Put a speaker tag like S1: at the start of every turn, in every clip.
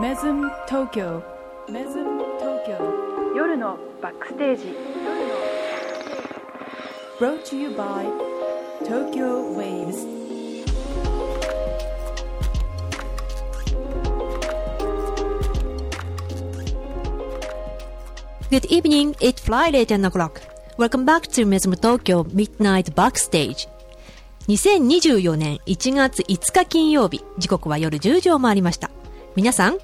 S1: メズム東京メズム東京夜のバックステージ夜のバックステージ Brought to you by Tokyo Waves
S2: Good evening, it's Friday 10 o'clock. Welcome back to Mesm Tokyo Midnight Backstage. 2024年1月5日金曜日、時刻は夜10時を回りました。皆さん、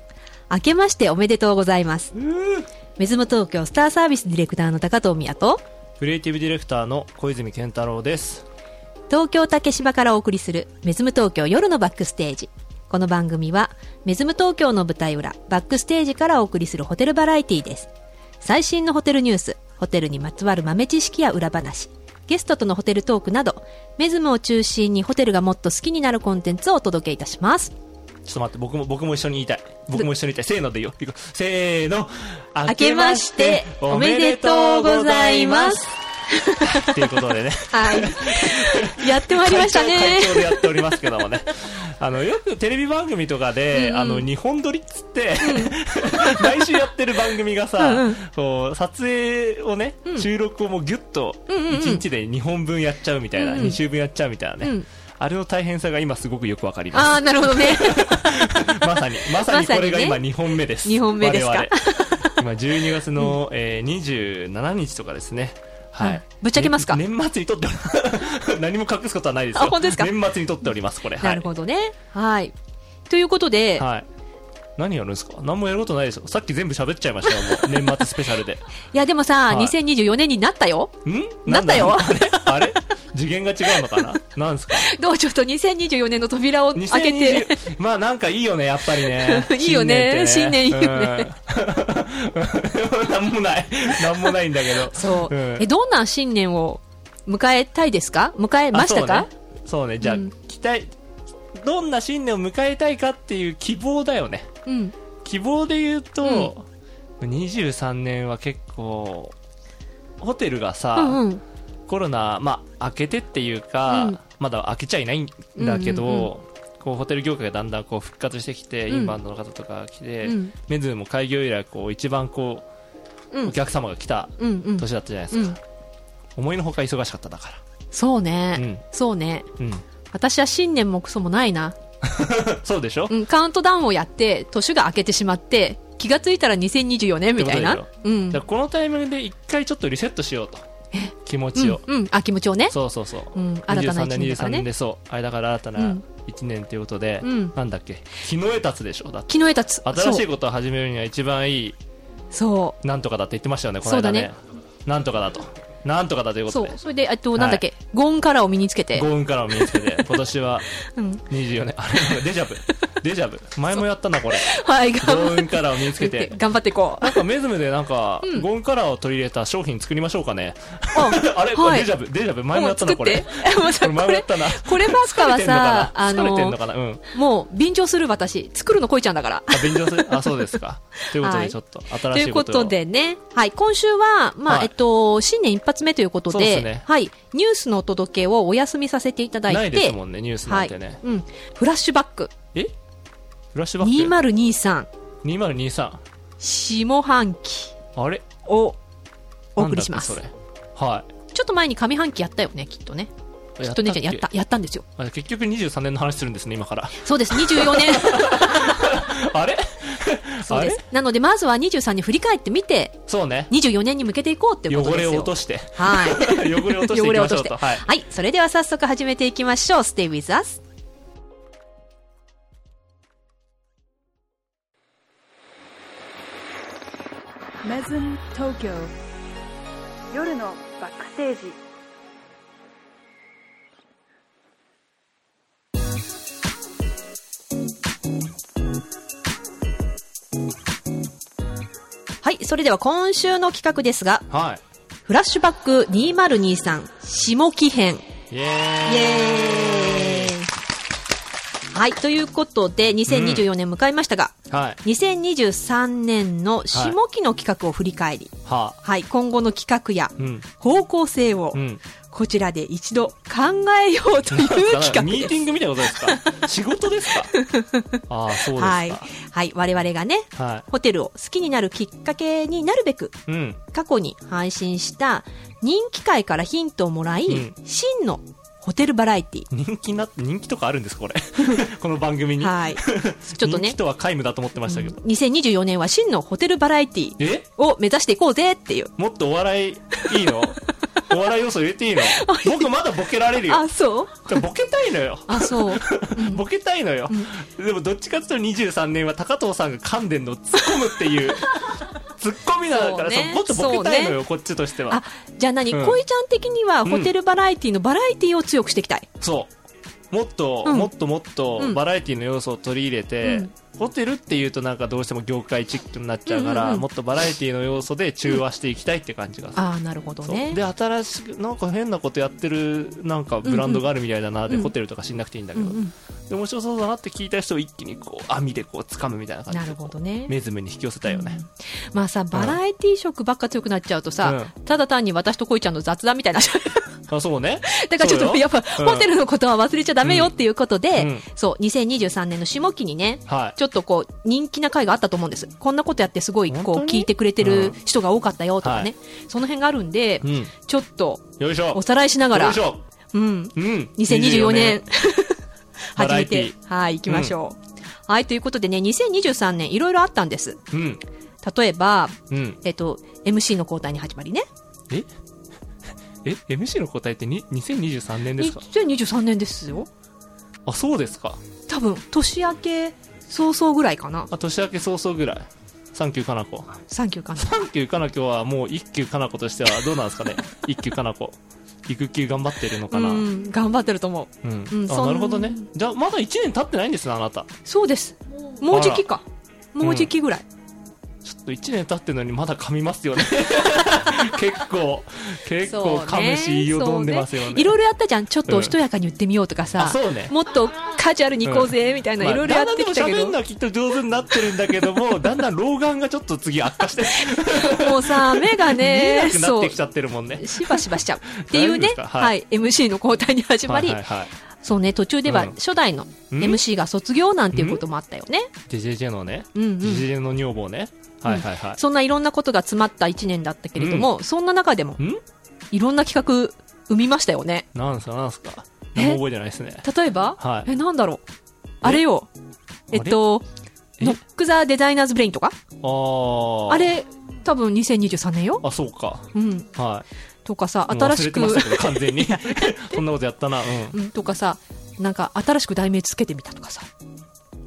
S2: 明けましておめでとうございます。メズム東京スターサービスディレクターの高藤美也と、
S3: クリエイティブディレクターの小泉健太郎です。
S2: 東京竹芝からお送りするメズム東京夜のバックステージ。この番組はメズム東京の舞台裏、バックステージからお送りするホテルバラエティです。最新のホテルニュース、ホテルにまつわる豆知識や裏話、ゲストとのホテルトークなど、メズムを中心にホテルがもっと好きになるコンテンツをお届けいたします。
S3: ちょっと待って、僕も、僕も一緒に言いたい。僕も一緒に言いたい。せーのでいいよ。いくせーの。
S2: 明けましておめでとうござい ます。
S3: ということでね。
S2: はい。やってまいりましたね
S3: 会長。会長でやっておりますけどもね。あの、よくテレビ番組とかで、あの、日本撮りっつ って、毎週やってる番組がさ、
S2: うんうん
S3: こう、撮影をね、収録をもうギュッと、
S2: んうんうん
S3: 1日で2本分やっちゃうみたいな、
S2: うんうん
S3: 2週分やっちゃうみたいなね。
S2: うん
S3: あれの大変さが今すごくよくわかります。
S2: ああ、なるほどね。
S3: まさに、まさにこれが
S2: ま
S3: 今
S2: さに
S3: 2本目です。
S2: 二本目ですか
S3: 我 々今12月の、えー、27日とかですね。は
S2: う
S3: い
S2: ん。ぶっちゃけますか
S3: ね年末に撮って、何も隠す ことはないですよ。
S2: あ本当ですか
S3: 年末に撮っております、これ。はい
S2: なるほどね。はい。ということで、
S3: はい。何やるんですか何もやることないですよ。さっき全部喋っちゃいましたよ、もう。年末スペシャルで。
S2: いやでもさ、
S3: はい
S2: 2024年になったよ。
S3: ん
S2: なったよ
S3: んだあれあれ次元が違うのかななんですか
S2: どうちょっと2024年の扉を開けて。
S3: 2020まあなんかいいよね、やっぱりね
S2: 。いいよね
S3: 新年
S2: 新年い
S3: って
S2: いよね。
S3: うん なんもない。なんもないんだけど。
S2: そう。
S3: ん
S2: え、どんな新年を迎えたいですか迎えました
S3: あ
S2: か
S3: そうねそうねじゃあ、
S2: うん
S3: 期待、どんな新年を迎えたいかっていう希望だよね。
S2: うん。
S3: 希望で言うと、23年は結構、ホテルがさ、
S2: うんうん。
S3: コロナ、まあ、明けてっていうか、
S2: うん
S3: まだ開けちゃいないんだけど、
S2: うんうんう
S3: こうホテル業界がだんだんこう復活してきて、
S2: うん
S3: インバウンドの方とか来て、
S2: うん
S3: メズムも開業以来こう一番こ
S2: う
S3: う、お
S2: ん。
S3: 客様が来た
S2: うんうん。
S3: 年だったじゃないで
S2: う
S3: すか、
S2: ん。
S3: 思いのほか忙しかっただか
S2: そう
S3: ら、う
S2: ね。
S3: ん
S2: そうね。
S3: うん、
S2: 私は新年もクソもないな。
S3: そうでしょ、
S2: うん。カウントダウンをやって、年が明けてしまって、気がついたら2024年みたい
S3: っ
S2: な
S3: てこ。
S2: うん
S3: じゃ。あこのタイミングで一回ちょっとリセットしようと気持ちを、
S2: うんうん。あ、気持ちをね。
S3: そうそうそう、
S2: うん。新たな
S3: 23
S2: 一年だ
S3: 年
S2: か
S3: 23
S2: ら
S3: 年
S2: ね。
S3: でそうあれだから新た
S2: う
S3: なん1年ということで、
S2: うん
S3: なんだっけ日の得たつでしょだって
S2: 昨日得たつ。
S3: 新し
S2: そ。
S3: いうことを始めるには一番いい
S2: そう。
S3: なんとかだって言ってましたよね、この間ね。なんとかだと。なんとかだということ
S2: そう
S3: で。、
S2: それで、えっと、
S3: はい
S2: なんだっけ、ゴーンカラーを身につけて
S3: 幸、運からを身につ けて、今年は
S2: うん、
S3: 24年、あれ、デジャ ブ。デジャブ。前もやったな、これ。
S2: はい、
S3: 幸
S2: 頑張
S3: 運
S2: っ
S3: からを身につけ
S2: て
S3: て。、
S2: 頑張っていこう。
S3: なんかメズムでなんか、
S2: うん
S3: ゴンカラーを取り入れた商品作りましょうかね。
S2: あ
S3: あれ、
S2: はい
S3: デジャブ、デジャブ、前もやったな、これ。
S2: もう
S3: こ
S2: さ
S3: れ前
S2: こ
S3: もや
S2: れ
S3: っ、たな。
S2: こればっかはさ、あ
S3: 疲れてんの
S2: の、
S3: かな疲れてんのかなうん。
S2: もう便乗する私、作るのこいちゃんだから。
S3: あ、便乗す るあ、そうですか。ということ
S2: は
S3: で、
S2: い
S3: ちょっと、
S2: と
S3: 新し
S2: い
S3: いうこ
S2: こと
S3: を
S2: と。でね、はい、今週は、まあ、
S3: は
S2: え
S3: い
S2: っと、新年一発目ということ
S3: そうで
S2: で、
S3: すね
S2: はい、ニュースのお届けをお休みさせていただいて、
S3: ないですもんね、ニュースな
S2: は
S3: ん
S2: い、
S3: てね。
S2: うん、フラッシュバック、
S3: えフラッシュバック
S2: 2023、
S3: 2023。
S2: 下半期
S3: あれ
S2: をお送りしま
S3: な
S2: す
S3: ん。だっけそれは
S2: ちょっと前に上半期やったよね、きっとね。
S3: い
S2: きっとね、じゃあやっ
S3: け
S2: た、やったんですよ。
S3: あ結局23年の話するんですね今から
S2: そうです、24年。
S3: あれ
S2: そうで
S3: あ
S2: す
S3: れ。
S2: なので、まずは23に振り返ってみて、
S3: そうね
S2: 24年に向けていこうっていうことで
S3: 汚
S2: す
S3: れ
S2: よ。
S3: を落として
S2: はい。
S3: 汚れを落として
S2: 汚
S3: いき
S2: れを
S3: ま
S2: 落
S3: し
S2: と
S3: ょ
S2: し
S3: う
S2: て。
S3: と
S2: は
S3: はいい、
S2: それでは早速始めていきましょう。Stay with us.
S1: メズム東京夜のバックステージ
S2: はい、それでは今週の企画ですが、
S3: は
S2: フラッシュバック2023下期編。
S3: い、イエ
S2: イエーイ。はい、ということで、2024年迎えましたが、
S3: ーイはい
S2: 2023年の下期の企画を振り返り、
S3: はあ
S2: はい、今後の企画や
S3: うん
S2: 方向性を
S3: うん
S2: こちらで一度考えようという 企画
S3: ミー
S2: で
S3: ティ
S2: す。
S3: ングみたいなことです か仕事ですかああ、そうですか。は
S2: はい
S3: い。。
S2: はい。我々がね、ホテルを好きになるきっかけになるべく、
S3: うん。
S2: 過去に配信した人気回からヒントをもらい、
S3: うん
S2: 真のホテルバラエティ。
S3: 人気な、人気とかあるんです これ。この番組に。
S2: はい。ちょっと
S3: 人
S2: ね
S3: 気、とは皆無だと思ってましたけど。
S2: 2024年は真のホテルバラエティ
S3: え
S2: を目指していこうぜっていう。
S3: もっとお笑い、いい のお笑い要素入れていいの僕まだボケられるよ。
S2: あ、そう
S3: ボケたいのよ。
S2: あ、 そう。
S3: ボケたいのよ、でもどっちかっていうと23年は高藤さんが噛んでんのを突っ込むっていう 突っ込みだからさ、
S2: そうね
S3: もっとボケたいの
S2: そう
S3: よ、こっちとして
S2: あ
S3: は、
S2: じゃあ何、
S3: うん
S2: 恋ちゃん的には
S3: ん
S2: ホテルバラエティのバラエティを強くしていきたい。
S3: そうもっと、
S2: うん
S3: もっともっと
S2: うん
S3: バラエティの要素を取り入れて、
S2: うん
S3: ホテルっていうとなんかどうしても業界チックになっちゃうから、
S2: うんうんうん
S3: もっとバラエティの要素で中和していきたいって感じがする、
S2: ああ、なるほど
S3: そう
S2: ね。
S3: で新しくなんか変なことやってるなんかブランドがあるみたいだな
S2: う
S3: で、
S2: んうん
S3: ホテルとか知んなくていいんだ
S2: う
S3: け
S2: ん
S3: ど、
S2: うん、
S3: で面白そうだなって聞いた人を一気にこう網でこう掴むみたいな感じ
S2: な
S3: で
S2: るほどね。
S3: メズムに引き寄せたいよね、
S2: まあさ、バラエティ色ばっか強くなっちゃうとさ、ただ単に私と恋ちゃんの雑談みたい な。
S3: あそうね
S2: だからちょっ
S3: そ
S2: と
S3: うよ
S2: やっぱ、
S3: うん
S2: ホテルのことは忘れちゃダメよっていうことで、
S3: うん
S2: そう、2023年の下期にね、
S3: はい
S2: ちょっとこう、人気な回があったと思うんです。こんなことやってすごい、こう
S3: 本当、に
S2: 聞いてくれてる人が多かったよとかね。その辺があるんで、
S3: うん
S2: ちょっと、
S3: よいしょ
S2: おさらいしなが
S3: よ
S2: ら
S3: いし、ょ
S2: うん、
S3: うん
S2: 2024年
S3: バ
S2: 始
S3: ラ
S2: め
S3: エテ
S2: て
S3: ィ、
S2: はい、行きましょう。はい、ということでね、2023年いろいろあったんです。
S3: うん
S2: 例えば、
S3: うん
S2: えっと、MC の交代に始まりね。
S3: ええ MC の答えってに2023年ですか
S2: 2023年ですよ。
S3: あそうですか
S2: 多分、年明け早々ぐらいかな。
S3: あ年明け早々ぐらいサンキューかなこ
S2: サンキューかな。
S3: サンキューかなこはもう一級かなことしてはどうなんです かね一級かなこ育休頑張ってるのかな
S2: う
S3: うん、
S2: ん、頑張ってると思う。うんそ
S3: あ
S2: ん
S3: なるほどねじゃあまだ1年経ってないんですねあなた
S2: そうです。もうじきか。
S3: ら
S2: もうじきぐらい。
S3: ちょっと1年経ってるのにまだ噛みます よね結構結構噛むし言いよどんでますよね
S2: いろいろやったじゃん。ちょっと
S3: う
S2: お
S3: ん
S2: しとやかに言ってみようとか
S3: あ
S2: さ。
S3: そうね
S2: もっとカジュアルに行こうぜ、みたいな、いろいろやってきたけ
S3: だんだん
S2: ど
S3: でも喋るの。はきっと上手になってるんだけどもだんだん老眼がちょっと次悪 化して
S2: もうさ、目が
S3: 見
S2: ね、
S3: えなくなっ
S2: そ
S3: て
S2: う
S3: き。ちゃってるもんね
S2: しばしばしちゃう。っていうね、
S3: 大丈夫ですかはい
S2: はい、MC の交代に始まり、
S3: はいはいはい
S2: そうね、途中では
S3: うん
S2: 初代の
S3: うん
S2: MC が卒業なんていうこともあったよね。
S3: JJJ のね
S2: うんうん。
S3: JJJ の女房ねはいはいはい
S2: そんないろんなことが詰まった一年だったけれども、そんな中でも
S3: ん、
S2: いろんな企画生みましたよね。
S3: なんすかなんすか
S2: え
S3: 何も覚えてないですね
S2: 例えば、
S3: はい
S2: え、なんだろう。あれよ。えっと、
S3: え
S2: ノックザデザイナーズブレインとか
S3: あー
S2: あれ、多分2023年よ。
S3: あそうか
S2: うん。
S3: はい
S2: とかさ、
S3: もう
S2: 新しく
S3: 忘れて、ましたけど完全に そんなことやったなうん
S2: うん、とかさ、なんか新しく題名つけてみたとかさ。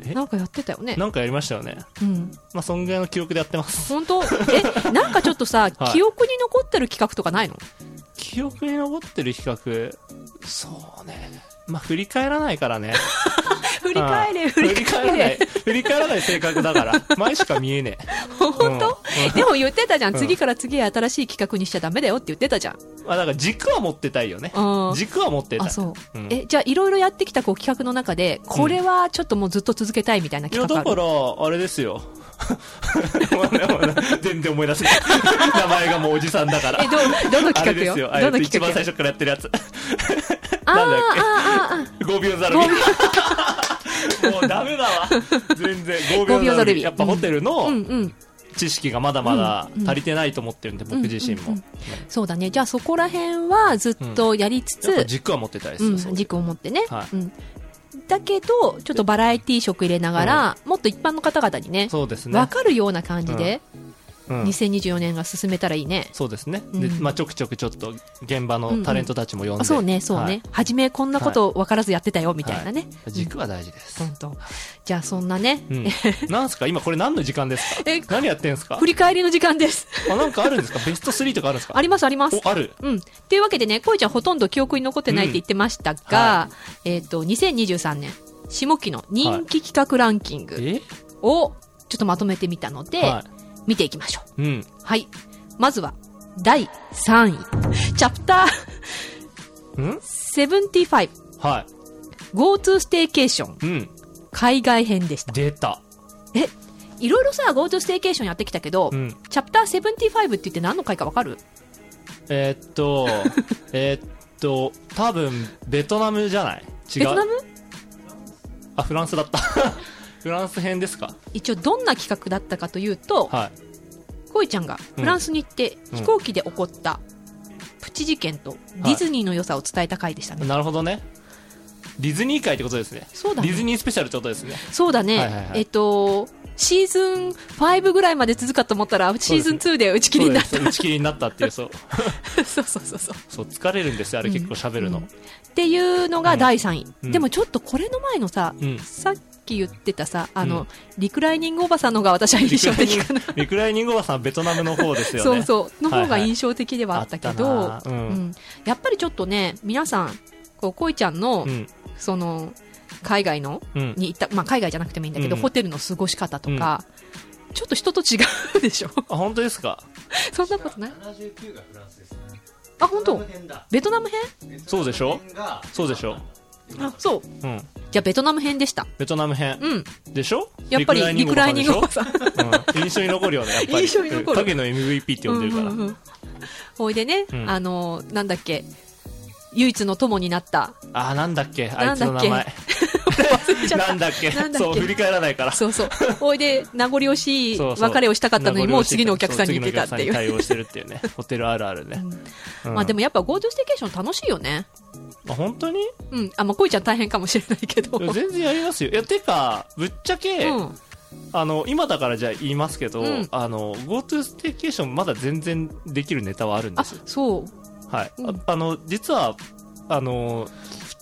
S3: え
S2: なんかやってたよね。
S3: なんかやりましたよね
S2: うん。
S3: まあそんぐらいの記憶でやってます
S2: 本当え、なんかちょっとさ、
S3: はい
S2: 記憶に残ってる企画とかないの
S3: 記憶に残ってる比較そうねまあ振り返らないからね
S2: 振り返れ、振
S3: 振
S2: り
S3: り返
S2: 返
S3: らない
S2: れ。。
S3: 振り返らない性格だから。前しか見えねえ。
S2: 本当、
S3: うん
S2: でも言ってたじゃん。
S3: うん
S2: 次から次へ新しい企画にしちゃダメだよって言ってたじゃん。
S3: まあだから軸は持ってたいよね。
S2: あ
S3: 軸は持ってた
S2: あ、
S3: い。
S2: そう。
S3: うん
S2: え、じゃあいろいろやってきたこう企画の中で、これはちょっともうずっと続けたいみたいない
S3: や、
S2: 企画あ
S3: だ
S2: る、
S3: から、あれで すよ。もうねもうね全然思い出せない。名前がもうおじさんだから。
S2: え、ど、どの
S3: あれ
S2: 企画
S3: で
S2: よ
S3: すよ。あ
S2: ど
S3: れ
S2: の
S3: 一
S2: 企
S3: 番
S2: 画
S3: 最
S2: よ
S3: 初からやってるやつ。
S2: あー
S3: なんだっけ
S2: あー、あーあ
S3: 5秒ザルビ。 もうダメだわ。全然。5
S2: 五秒
S3: 秒
S2: ざ
S3: ザ
S2: る
S3: ル
S2: び
S3: ビ。やっぱホテル
S2: ー、うん
S3: の
S2: うん。
S3: 知識がまだまだ足りてないと思ってるんで、僕自身
S2: うん
S3: も
S2: うん。そうだね。じゃあそこら辺はずっとやりつ
S3: やっぱ
S2: つ、
S3: 軸は持ってたいです
S2: う
S3: よ
S2: ん、
S3: そういう
S2: 軸を持ってね。
S3: は
S2: うん。だけど、ちょっとバラエティー色入れながら、もっと一般の方々にね、
S3: そうですね。
S2: わかるような感じで、
S3: うん
S2: 2024年が進めたらいいね。
S3: そうですね、
S2: うん
S3: でまあ、ちょくちょくちょっと現場のタレントたちも呼んで、
S2: あそうね、そうね。はじめこんなこと分からずやってたよ、みたいなね。
S3: はい、軸は大事です、
S2: うんとじゃあそんなね、
S3: うん、なんすか今これ何の時間ですか
S2: え
S3: 何やってんすか
S2: 振り返りの時間です。
S3: あなんかあるんですかベスト3とかあるんですか
S2: ありますあります。
S3: おある
S2: うん。っていうわけでね、こいちゃんほとんど記憶に残ってないって言ってました
S3: うん
S2: が
S3: は、
S2: えっ、と、2023年、下期の人気企画ランキング
S3: え
S2: をちょっとまとめてみたので、
S3: は
S2: 見ていきましょう。
S3: い、うん、
S2: はい。まずは、第3位。チャプタ
S3: うん、
S2: ー75、
S3: は
S2: GoTo ステーケーション、
S3: い、うん、
S2: 海外編でした。
S3: 出た、
S2: え、いろいろさ、GoTo ステーケーションやってきたけど、
S3: うん、
S2: チャプター75って言って何の回かわかる
S3: えーっとえーっと多分ベトナムじゃない違う
S2: ベトナム
S3: あフランスだった フランス編ですか
S2: 一応どんな企画だったかというと、
S3: はい
S2: こいちゃんがフランスに行って
S3: うん
S2: 飛行機で起こったプチ事件とディズニーの良さを伝えた回でしたね、
S3: なるほどねディズニー界ってことですね
S2: そうだ
S3: ディズ
S2: ね
S3: ニースペシャルってことですね
S2: そうだね、
S3: はいはいはい
S2: えっとシーズン5ぐらいまで続くかと思ったらシーズン2で打ち切りになっ
S3: そうです打ち切りになったっていうそう
S2: た そうそうそうそう
S3: そう疲れるんですよあれ結構喋るの
S2: っていうのが第3位、
S3: うん
S2: でもちょっとこれの前のさ、
S3: うん
S2: さっき言ってたさあの、
S3: うん
S2: リクライニングおばさんの方が私は印象的かな、
S3: リクライニングおばさんはベトナムの方ですよ
S2: そう
S3: ね
S2: そうの方
S3: は
S2: が
S3: いはい
S2: 印象的ではあったけど、
S3: あったなうん
S2: うんやっぱりちょっとね皆さんこうこいちゃんの、
S3: うん
S2: その海外の
S3: うん
S2: に行った、まあ、海外じゃなくてもいいんだけど、
S3: うん
S2: ホテルの過ごし方とか、ちょっと人と違うでしょ
S3: あ本当ですか
S2: そんなことない
S4: 79がフランスですね
S2: あ本
S4: ベトナム
S2: 当
S4: 編だ
S2: ベトナム編
S3: そうでしょ
S4: ベトナム編が
S3: そうでしょ
S2: あそう
S3: うん
S2: じゃあベトナム編でした
S3: ベトナム編
S2: うん
S3: でしょ
S2: やっぱりリクライニングおば
S3: でし
S2: さん
S3: ょうん印象に残るよねやっぱり
S2: 印象に残る
S3: 影の MVP って呼んでるから
S2: うんうんうんほいでね、
S3: うん
S2: あのなんだっけ唯一の友になった
S3: あーなんだっけあいつの名
S2: なん
S3: 前
S2: だ忘れちゃっ
S3: な
S2: た
S3: んだっけ
S2: なんだっけ
S3: そう振り返らないから
S2: そうそうほいで名残惜しい
S3: そうそう
S2: 別れをしたかったのにもう次のお客さんに行ってたっ
S3: そ
S2: てい
S3: 次のお客さん
S2: う
S3: に対応してるっていうねホテルあるあ るね、うん
S2: まあでもやっぱ GoTo ステーション楽しいよね
S3: あ本当に
S2: うんあまあこいちゃん大変かもしれないけど
S3: いや全然やりますよいやてかぶっちゃけ、
S2: うん、
S3: あの今だからじゃあ言いますけど、
S2: うん
S3: あの GoTo ステーキーションまだ全然できるネタはあるんで
S2: あ
S3: すよ
S2: そう
S3: はい、あ
S2: うん
S3: あの実はあの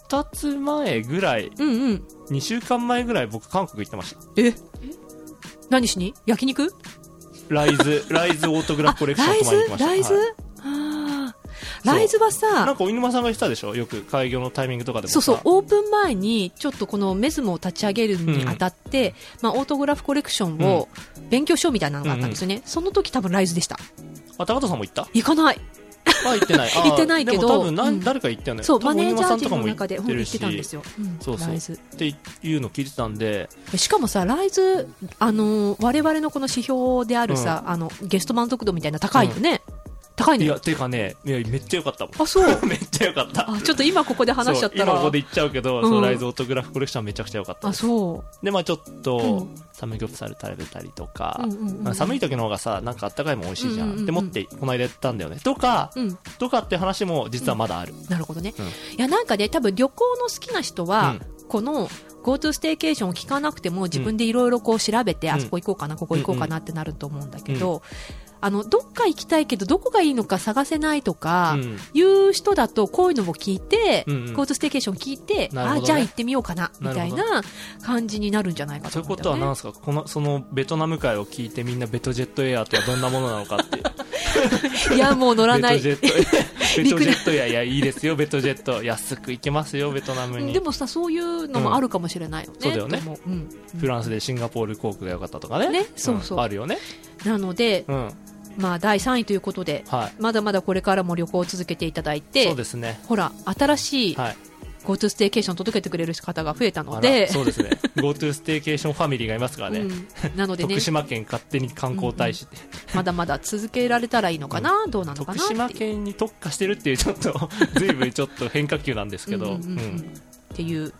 S3: 2つ前ぐらい
S2: うんうん
S3: 2週間前ぐらい僕韓国行ってました
S2: え何しに焼肉
S3: ライ ズライズオートグラフコレクション泊まりに行きました
S2: ライズ
S3: はい
S2: あー
S3: そう
S2: ライズは
S3: なん
S2: さ
S3: かお犬間さんが言ってたでしょよく開業のタイミングとかでもさ
S2: そうそうオープン前にちょっとこのメズムを立ち上げるにあたって、まあ、オートグラフコレクションを勉強しようみたいなのがあったんですよね、その時多分ライズでした
S3: あ高田さんも行った
S2: 行かない
S3: あ行っ てないあー
S2: 行ってないけど
S3: でも多分な、
S2: うん
S3: 誰か行ったよね
S2: そう
S3: 多
S2: マ
S3: 分
S2: ネー
S3: お
S2: ジャ
S3: 犬間さ
S2: ー陣
S3: んとかも
S2: の
S3: 行
S2: 中で
S3: っ
S2: 本当
S3: て
S2: に
S3: る
S2: 行って
S3: した
S2: んですよ、うん
S3: そうそう
S2: ライズ
S3: っていうの聞いてたんで
S2: えしかもさライズあのー我々のこの指標であるさ、あのゲスト満足度みたいな高いよね、高い
S3: い
S2: の
S3: や
S2: よ
S3: てかねいやめっちゃ良かったもん
S2: あそう
S3: めっちゃ良かった
S2: あちょっと今ここで話しちゃったら
S3: そう今ここで言っちゃうけど、そう
S2: うん
S3: ライズオートグラフコレクションめちゃくちゃ良かった
S2: あ
S3: です
S2: そう
S3: でまあちょっと、
S2: う
S3: サムギョプサル食べたりとか、
S2: うんうんうん
S3: まあ寒い時の方がさなんかあったかいもん美味しいじゃん,、
S2: うんうんうんうん
S3: で持ってこの間やったんだよねとか
S2: うん、
S3: とかって話も実はまだある、
S2: なるほどね、
S3: うん
S2: いやなんかね多分旅行の好きな人は、この GoTo ステーケーションを聞かなくても自分でいろいろこう調べて、
S3: ん
S2: あそこ行こうかなここ行こうかなってなると思うんだけど、あのどっか行きたいけどどこがいいのか探せないとか、
S3: うん
S2: いう人だとこういうのも聞いて、
S3: うんうん
S2: GoTo ステーケーション聞いて、
S3: なるほど
S2: あ
S3: ね
S2: じゃあ行ってみようかなみたい
S3: な
S2: な感じになるんじゃないか
S3: と
S2: と
S3: いう
S2: 思うんだ
S3: こと
S2: よ
S3: は
S2: ね、
S3: 何すかこのそのベトナム会を聞いてみんなベトジェットエアとはどんなものなの かっていう
S2: いやもう乗らな
S3: ベト
S2: い
S3: ジェ ットエアベトジェットエアいやいいですよベトジェット安く行けますよベトナムに
S2: でもさそういうのもあるかもしれないよね、
S3: うんそうだよね
S2: と思ううん
S3: フランスでシンガポール航空が良かったとかね
S2: ねそうそうん
S3: あるよね
S2: なので、
S3: うん
S2: まあ、第3位ということで
S3: はい
S2: まだまだこれからも旅行を続けていただいて
S3: そうですね
S2: ほら新しい
S3: はい
S2: GoTo ステーケーション届けてくれる方が増えた
S3: あ
S2: の
S3: ら
S2: で
S3: そうですね GoTo ステーケーションファミリーがいますからね、
S2: うんなのでね
S3: 徳島県勝手に観光大使って、
S2: まだまだ続けられたらいいのかな、どうなのか
S3: 徳
S2: なっていう
S3: 島県に特化してるっていうちょっ と随分ちょっと変化球なんですけ
S2: う
S3: ど
S2: んうんうんうん
S3: うん
S2: っていう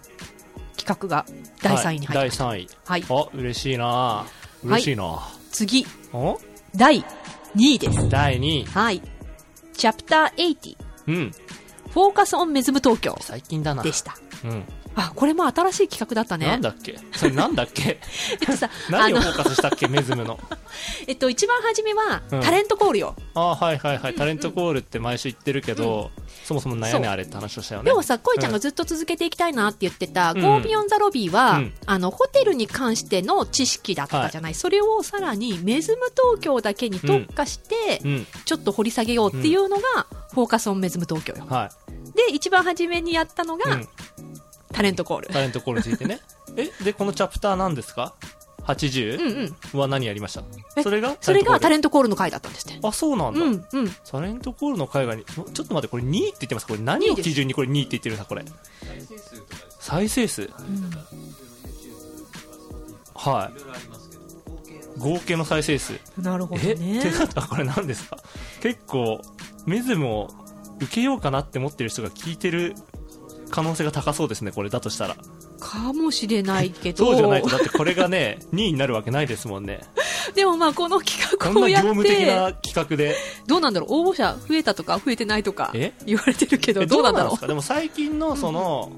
S2: 企画が第3位に入
S3: は
S2: っ
S3: い、第3位
S2: た、はい
S3: あ嬉しいな嬉しいな、
S2: 次
S3: お
S2: 第2位です
S3: 第2位
S2: はいチャプター80
S3: うん
S2: フォーカスオンメズム東京
S3: 最近だな
S2: でした
S3: うん
S2: あこれも新しい企画だったね
S3: なんだっけそれなんだっけ
S2: えっとさあ
S3: 何を
S2: の
S3: フォーカスしたっけメズムの
S2: えっと一番初めは、
S3: うん
S2: タレントコールよ
S3: あはいはい はい、タレントコールって毎週言ってるけど、そもそもなんやねんあれって話をしたよね
S2: でもさ、こいちゃんがずっと続けていきたいなって言ってた、
S3: うん
S2: Go Beyond the Lobby は、
S3: うん
S2: あの、ホテルに関しての知識だったじゃない。それをさらに、メズム東京だけに特化して、
S3: うん
S2: ちょっと掘り下げようっていうのが、フォーカスオンメズム東京よ。
S3: は
S2: で、一番初めにやったの
S3: い、
S2: が、
S3: うん、
S2: タレントコール。
S3: タレントコールについてね えでこのチャプター何ですか
S2: うん
S3: 80、
S2: うん。
S3: は何やりました
S2: え
S3: それが
S2: それがタ
S3: レ
S2: レ
S3: ン
S2: ントコールの回だったんですって。
S3: トコールあそうなん
S2: う
S3: だ、
S2: んうん。
S3: タレントコールの海外にちょっと待ってこれ2位って言ってますこれ何を基準にこれ2位って言ってるんだこれ
S4: 再生数とかです
S3: 再生数
S2: うん
S3: はい
S4: いろいろありますけど合計の
S3: 合計の再生数
S2: なるほど
S3: えっ、
S2: ね
S3: て。なったらこれ何ですか結構メズムを受けようかなって思ってる人が聞いてる可能性が高そうですねこれだとしたら
S2: かもしれないけど
S3: そうじゃないとだってこれがね2位になるわけないですもんね
S2: でもまあこの企
S3: こ
S2: 画
S3: んな
S2: を
S3: 業
S2: やっ
S3: 務的
S2: て
S3: な企画で
S2: どうなんだろう応募者増えたとか増えてないとか
S3: え
S2: 言われてるけど
S3: え
S2: どうなんだ
S3: で
S2: ろ
S3: すかでも最近のその,、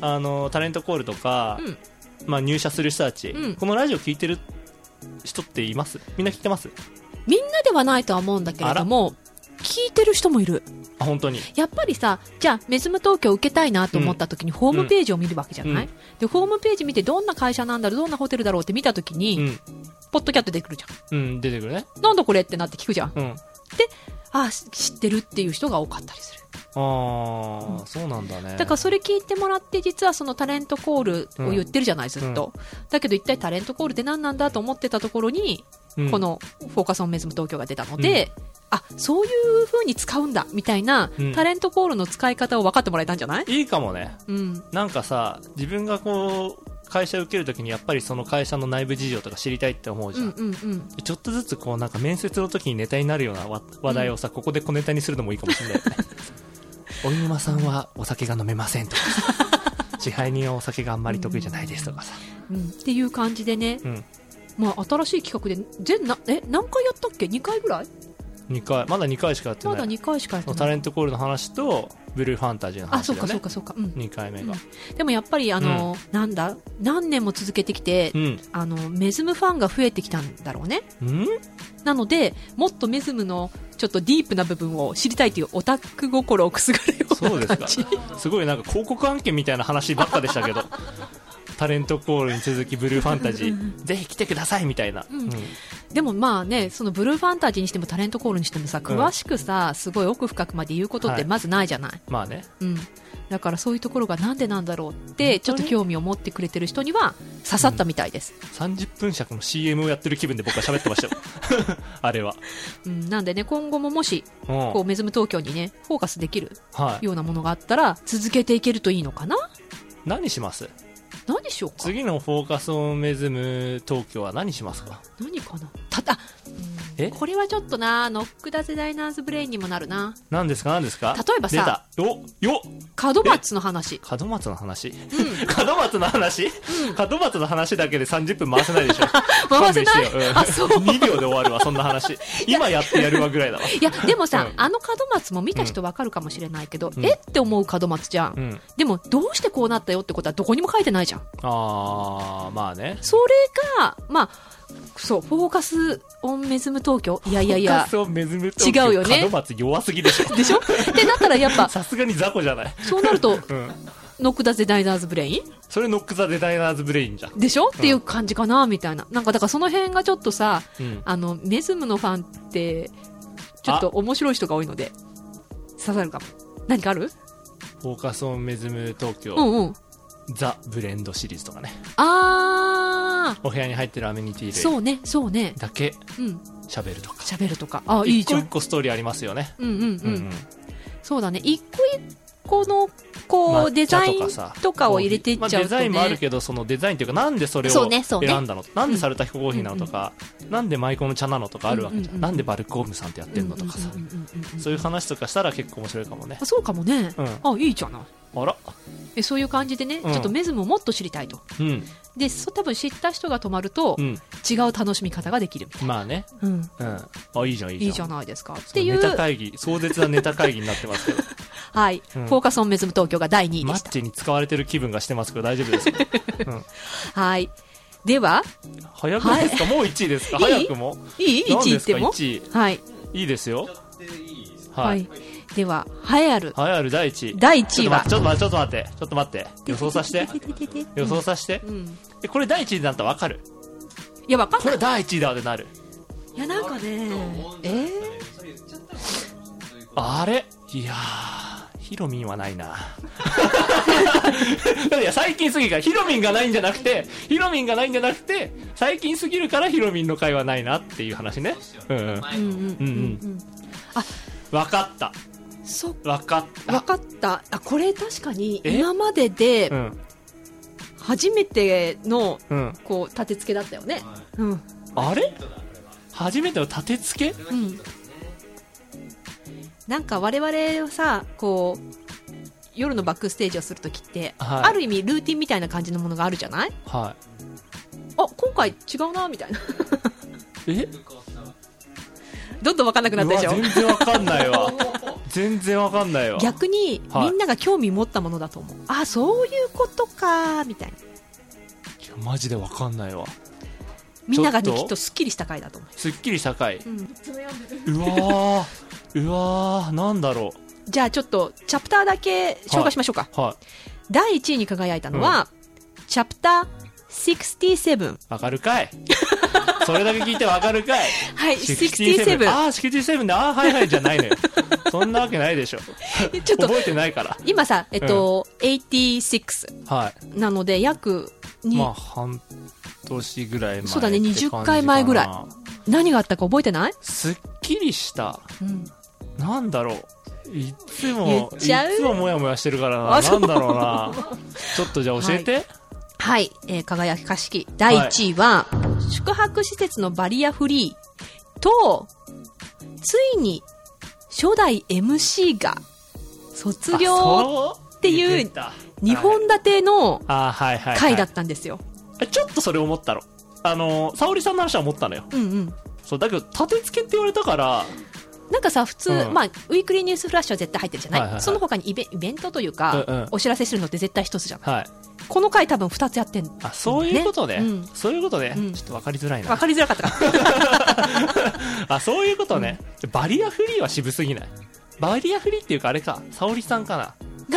S3: あのタレントコールとか、
S2: うん
S3: まあ、入社する人たち、
S2: うん
S3: このラジオ聞いてる人っていますみんな聞いてます
S2: うみんなではないとは思うんだけれども聞いてる人もいる
S3: あ本当に
S2: やっぱりさじゃあメズム東京受けたいなと思った時にホームページを見るわけじゃない、
S3: うん
S2: でホームページ見てどんな会社なんだろうどんなホテルだろうって見た時に、
S3: うん、
S2: ポッドキャット出てくるじゃ
S3: うん、出てくるね
S2: んなんだこれってなって聞くじゃん
S3: うん
S2: ああし知ってるっていう人が多かったりする
S3: あー、そうなんだね
S2: だからそれ聞いてもらって実はそのタレントコールを言ってるじゃない、ずっと、だけど一体タレントコールって何なんだと思ってたところに、
S3: うん
S2: この「フォーカス・オン・メズム東京」が出たので、あそういう風に使うんだみたいな、
S3: うん
S2: タレントコールの使い方を分かってもらえたんじゃない、
S3: いいかもね
S2: うん、
S3: なんかさ自分がこう会社受けるときにやっぱりその会社の内部事情とか知りたいって思うじ
S2: う
S3: ゃ
S2: ん
S3: ん、
S2: うんうん
S3: ちょっとずつこうなんか面接の時にネタになるようなわ話題をさ、ここで小ネタにするのもいいかもしれ ないよねお湯沼さんはお酒が飲めませんとかさ 支配人はお酒があんまり得意じゃないですとかさ、
S2: うん、っていう感じでね、
S3: うん、
S2: まあ、新しい企画で全なえ何回やったっけ2回ぐらい
S3: 2回まだ2回しかやってな
S2: ま
S3: い、
S2: だ2回しかやって
S3: タ
S2: ない
S3: レントコールの話とブルーファンタジーの
S2: あ
S3: 話
S2: そ
S3: だ
S2: うか
S3: よね
S2: そうかそうか、うん、
S3: 2回目が
S2: でもやっぱりあの、なんだ何年も続けてきて、
S3: うん、
S2: あのメズムファンが増えてきたんだろうね
S3: うん、
S2: なのでもっとメズムのちょっとディープな部分を知りたいというオタク心をくすぐるよ
S3: そう
S2: う
S3: で
S2: な
S3: す
S2: 感
S3: か
S2: じ
S3: すごいなんか広告案件みたいな話ばっかでした けどタレントコールに続きブルーファンタジーぜひ来てくださいみたいな、
S2: うんでもまあねそのブルーファンタジーにしてもタレントコールにしてもさ詳しくさ、すごい奥深くまで言うことっ
S3: は
S2: て
S3: い
S2: まずないじゃない、
S3: まあね
S2: うん、だからそういうところがなんでなんだろうってちょっと興味を持ってくれてる人には刺さったみたいです、
S3: 30分尺の CM をやってる気分で僕は喋って ましたよあれは、
S2: うんなんでね今後ももし
S3: うん
S2: こうメズム東京にねフォーカスできる
S3: はい、
S2: ようなものがあったら続けていけるといいのかな
S3: 何します
S2: 何しようか
S3: 次の「フォーカス・オン・メズム東京」は何しますか
S2: 何かなただうん
S3: え
S2: これはちょっとなノックダデザイナーズブレインにもなるな
S3: 何ですか何ですか
S2: 例えばさ
S3: 出たよよ
S2: 門松の話
S3: 門松の話、 門松の話、門松の話だけで30分回せないでしょ
S2: 回せない
S3: 勘弁してようん
S2: あそう
S3: 2秒で終わるわそんな話今やってやるわぐらいだわ
S2: いやでもさ、
S3: うん
S2: あの門松も見た人わかるかもしれないけど、
S3: うん
S2: えって思う門松じゃん、
S3: うん
S2: でもどうしてこうなったよってことはどこにも書いてないじゃん
S3: あーまあね
S2: それがまあそうフォーカス・オン・メズム東京いやいやい
S3: フォー
S2: や
S3: カス・オン・メズム東
S2: 違うよね
S3: 門松弱すぎでしょ
S2: でしょってなったらやっぱ
S3: さすがに雑魚じゃない
S2: そうなると
S3: うん
S2: ノックダデザイナーズブレイン
S3: それノック・ザ・デザイナーズ・ブレインじゃん、
S2: でしょっていう感じかなみたいななんかだからその辺がちょっとさ
S3: うん、
S2: あのメズムのファンってちょっと面白い人が多いので刺さるかも何かある
S3: フォーカス・オン・メズム東京、
S2: うんうん
S3: ザ・ブレンドシリーズとかね
S2: あ
S3: お部屋に入ってるアメニティ
S2: ー
S3: 類
S2: そうねそうね
S3: だけ
S2: うん
S3: 喋るとか
S2: 喋るとかあいい
S3: 一
S2: じゃ
S3: 個
S2: ん
S3: 一個ストーリーありますよね
S2: うんうんう、
S3: うんんうん
S2: そうだね一個一個のこうデ
S3: 抹茶
S2: ザイ
S3: と
S2: ン
S3: かさ
S2: とかを入れていっちゃうと、ね
S3: まあ、デザインもあるけどそのデザインというかなんでそれを
S2: そう
S3: 選
S2: ねそうんね
S3: だの、なんでサルタヒココーヒーなのとか、なんでマイコの茶なのとかあるわけじゃん,、
S2: うんうんうん
S3: なんでバルコームさんってやってんのとかさ、
S2: うんうんうんうんうん
S3: そういう話とかしたら結構面白いかもね
S2: あそうかもね、
S3: う
S2: あいいじゃない
S3: あら
S2: えそういう感じでね、
S3: うん
S2: ちょっとメズムをもっと知りたいと
S3: うん
S2: でそう多分知った人が泊まると、
S3: うん
S2: 違う楽しみ方ができるみたい
S3: まあね
S2: な、うん、
S3: うんあいいじゃんいいじ
S2: い
S3: ゃん
S2: いじゃないですかってい
S3: ネタ
S2: う
S3: 会議壮絶なネタ会議になってますけど
S2: はい、
S3: うん
S2: フォーカス・オン・メズム東京が第2位
S3: マ
S2: でし
S3: ッ
S2: た。
S3: チに使われてる気分がしてますけど大丈夫で すか、うん、
S2: はい。では、
S3: 早くないですか、もう1位ですか
S2: いい
S3: 早くも
S2: いい
S3: 何
S2: ?1 位
S3: で
S2: っ
S3: す
S2: て
S3: か
S2: も
S3: 1位
S2: はい。
S3: いいですよ
S4: やっていいですか
S3: は
S2: はいい。では、栄えある
S3: 栄えある第1位
S2: 第1位は
S3: ちょっと待ってちょっと待ってちょっと待ってちょっと待って予想させて 予想させて、
S2: うん。
S3: えこれ第1位だったら分かる
S2: いや、わかん
S3: こ
S2: ない。
S3: れ第1位だってなる
S2: いや、なんかね
S4: と思うん、じ
S2: え
S4: ゃないですかね
S2: ー、
S4: それ言っちゃったらそういうこと
S3: あれいやーヒロミンはないな いや最近すぎからヒロミンがないんじゃなくてヒロミンがないんじゃなくて最近すぎるからヒロミンの会はないなっていう話ねうんうん
S4: 前
S2: う
S4: の
S2: んうんうんうん。
S3: 分かった
S2: そっ
S3: 分かった
S2: わかった。あ、これ確かに、
S3: え
S2: 今までで
S3: うん
S2: 初めての、
S3: うん
S2: こう、立て付けだったよね。
S4: はい
S2: うん。
S3: あれ
S4: ヒントだこれは
S3: 初めての立て付け
S4: これはヒントですね
S2: なんか我々はさこう夜のバックステージをするときって、
S3: はい
S2: ある意味ルーティンみたいな感じのものがあるじゃない
S3: は
S2: あ今回違うなみたいな
S3: いえ
S2: どんどん分かんなくな
S3: う
S2: ったで
S3: わ
S2: しょ
S3: 全然わかんな いわ全然わかんないわ
S2: 逆に、
S3: はい
S2: みんなが興味持ったものだと思うあそういうことかみたいない
S3: やマジでわかんないわ
S2: みんなが、ね、
S3: ちょっ
S2: き
S3: と
S2: っとすっきりした回だと思
S3: すっきりした回
S2: う、うん、
S3: うわーうわーなんだろ
S2: じゃあちょっとチャプターだけ紹介しましょうか、
S3: うは
S2: 第1位に輝いたのは、チャプター67
S3: いわかる かいそれだけ聞いてわかるかい
S2: はい
S3: 67
S2: 67
S3: ああ67だあーはいはいじゃ ないのよそんなわけないでしょ
S2: ちょっと
S3: 覚えてないから
S2: 今さ、えっと、86
S3: は
S2: なので約
S3: い
S2: に、
S3: まあ半年ぐらい前
S2: そうだね
S3: って感じかな
S2: 20回前ぐらい何があったか覚えてない、
S3: すっきりした
S2: うん、
S3: なんだろういつも
S2: 言っ
S3: い
S2: ちゃう
S3: つもモヤモヤしてるからな
S2: あそ
S3: な
S2: うん
S3: だろうなちょっとじゃあ教えて、
S2: はい、えー輝かしき第1位は、宿泊施設のバリアフリーと、ついに初代 MC が卒
S3: あ
S2: 業
S3: そう
S2: っていう
S3: 言てた
S2: 2本立ての
S3: あーはいはい、はい、
S2: 回だったんですよ。
S3: ちょっとそれ思ったのあの沙織さんの話は思ったのよ
S2: うんうん。
S3: そうだけど立て付けって言われたから
S2: なんかさ、普通、
S3: うん
S2: まあ、ウィークリーニュースフラッシュは絶対入ってるじゃない,、
S3: はいはいはい
S2: その他にイベイベントというか、
S3: うんうん
S2: お知らせするのって絶対一つじゃん。
S3: はい
S2: この回多分二つやってん。
S3: あそういうことね
S2: ねうん
S3: そういうことね、
S2: うん
S3: ちょっと分かりづらい
S2: わ
S3: な
S2: かりづらかったかな
S3: あそういうことね、バリアフリーは渋すぎないバリアフリーっていうかあれか沙織さんかな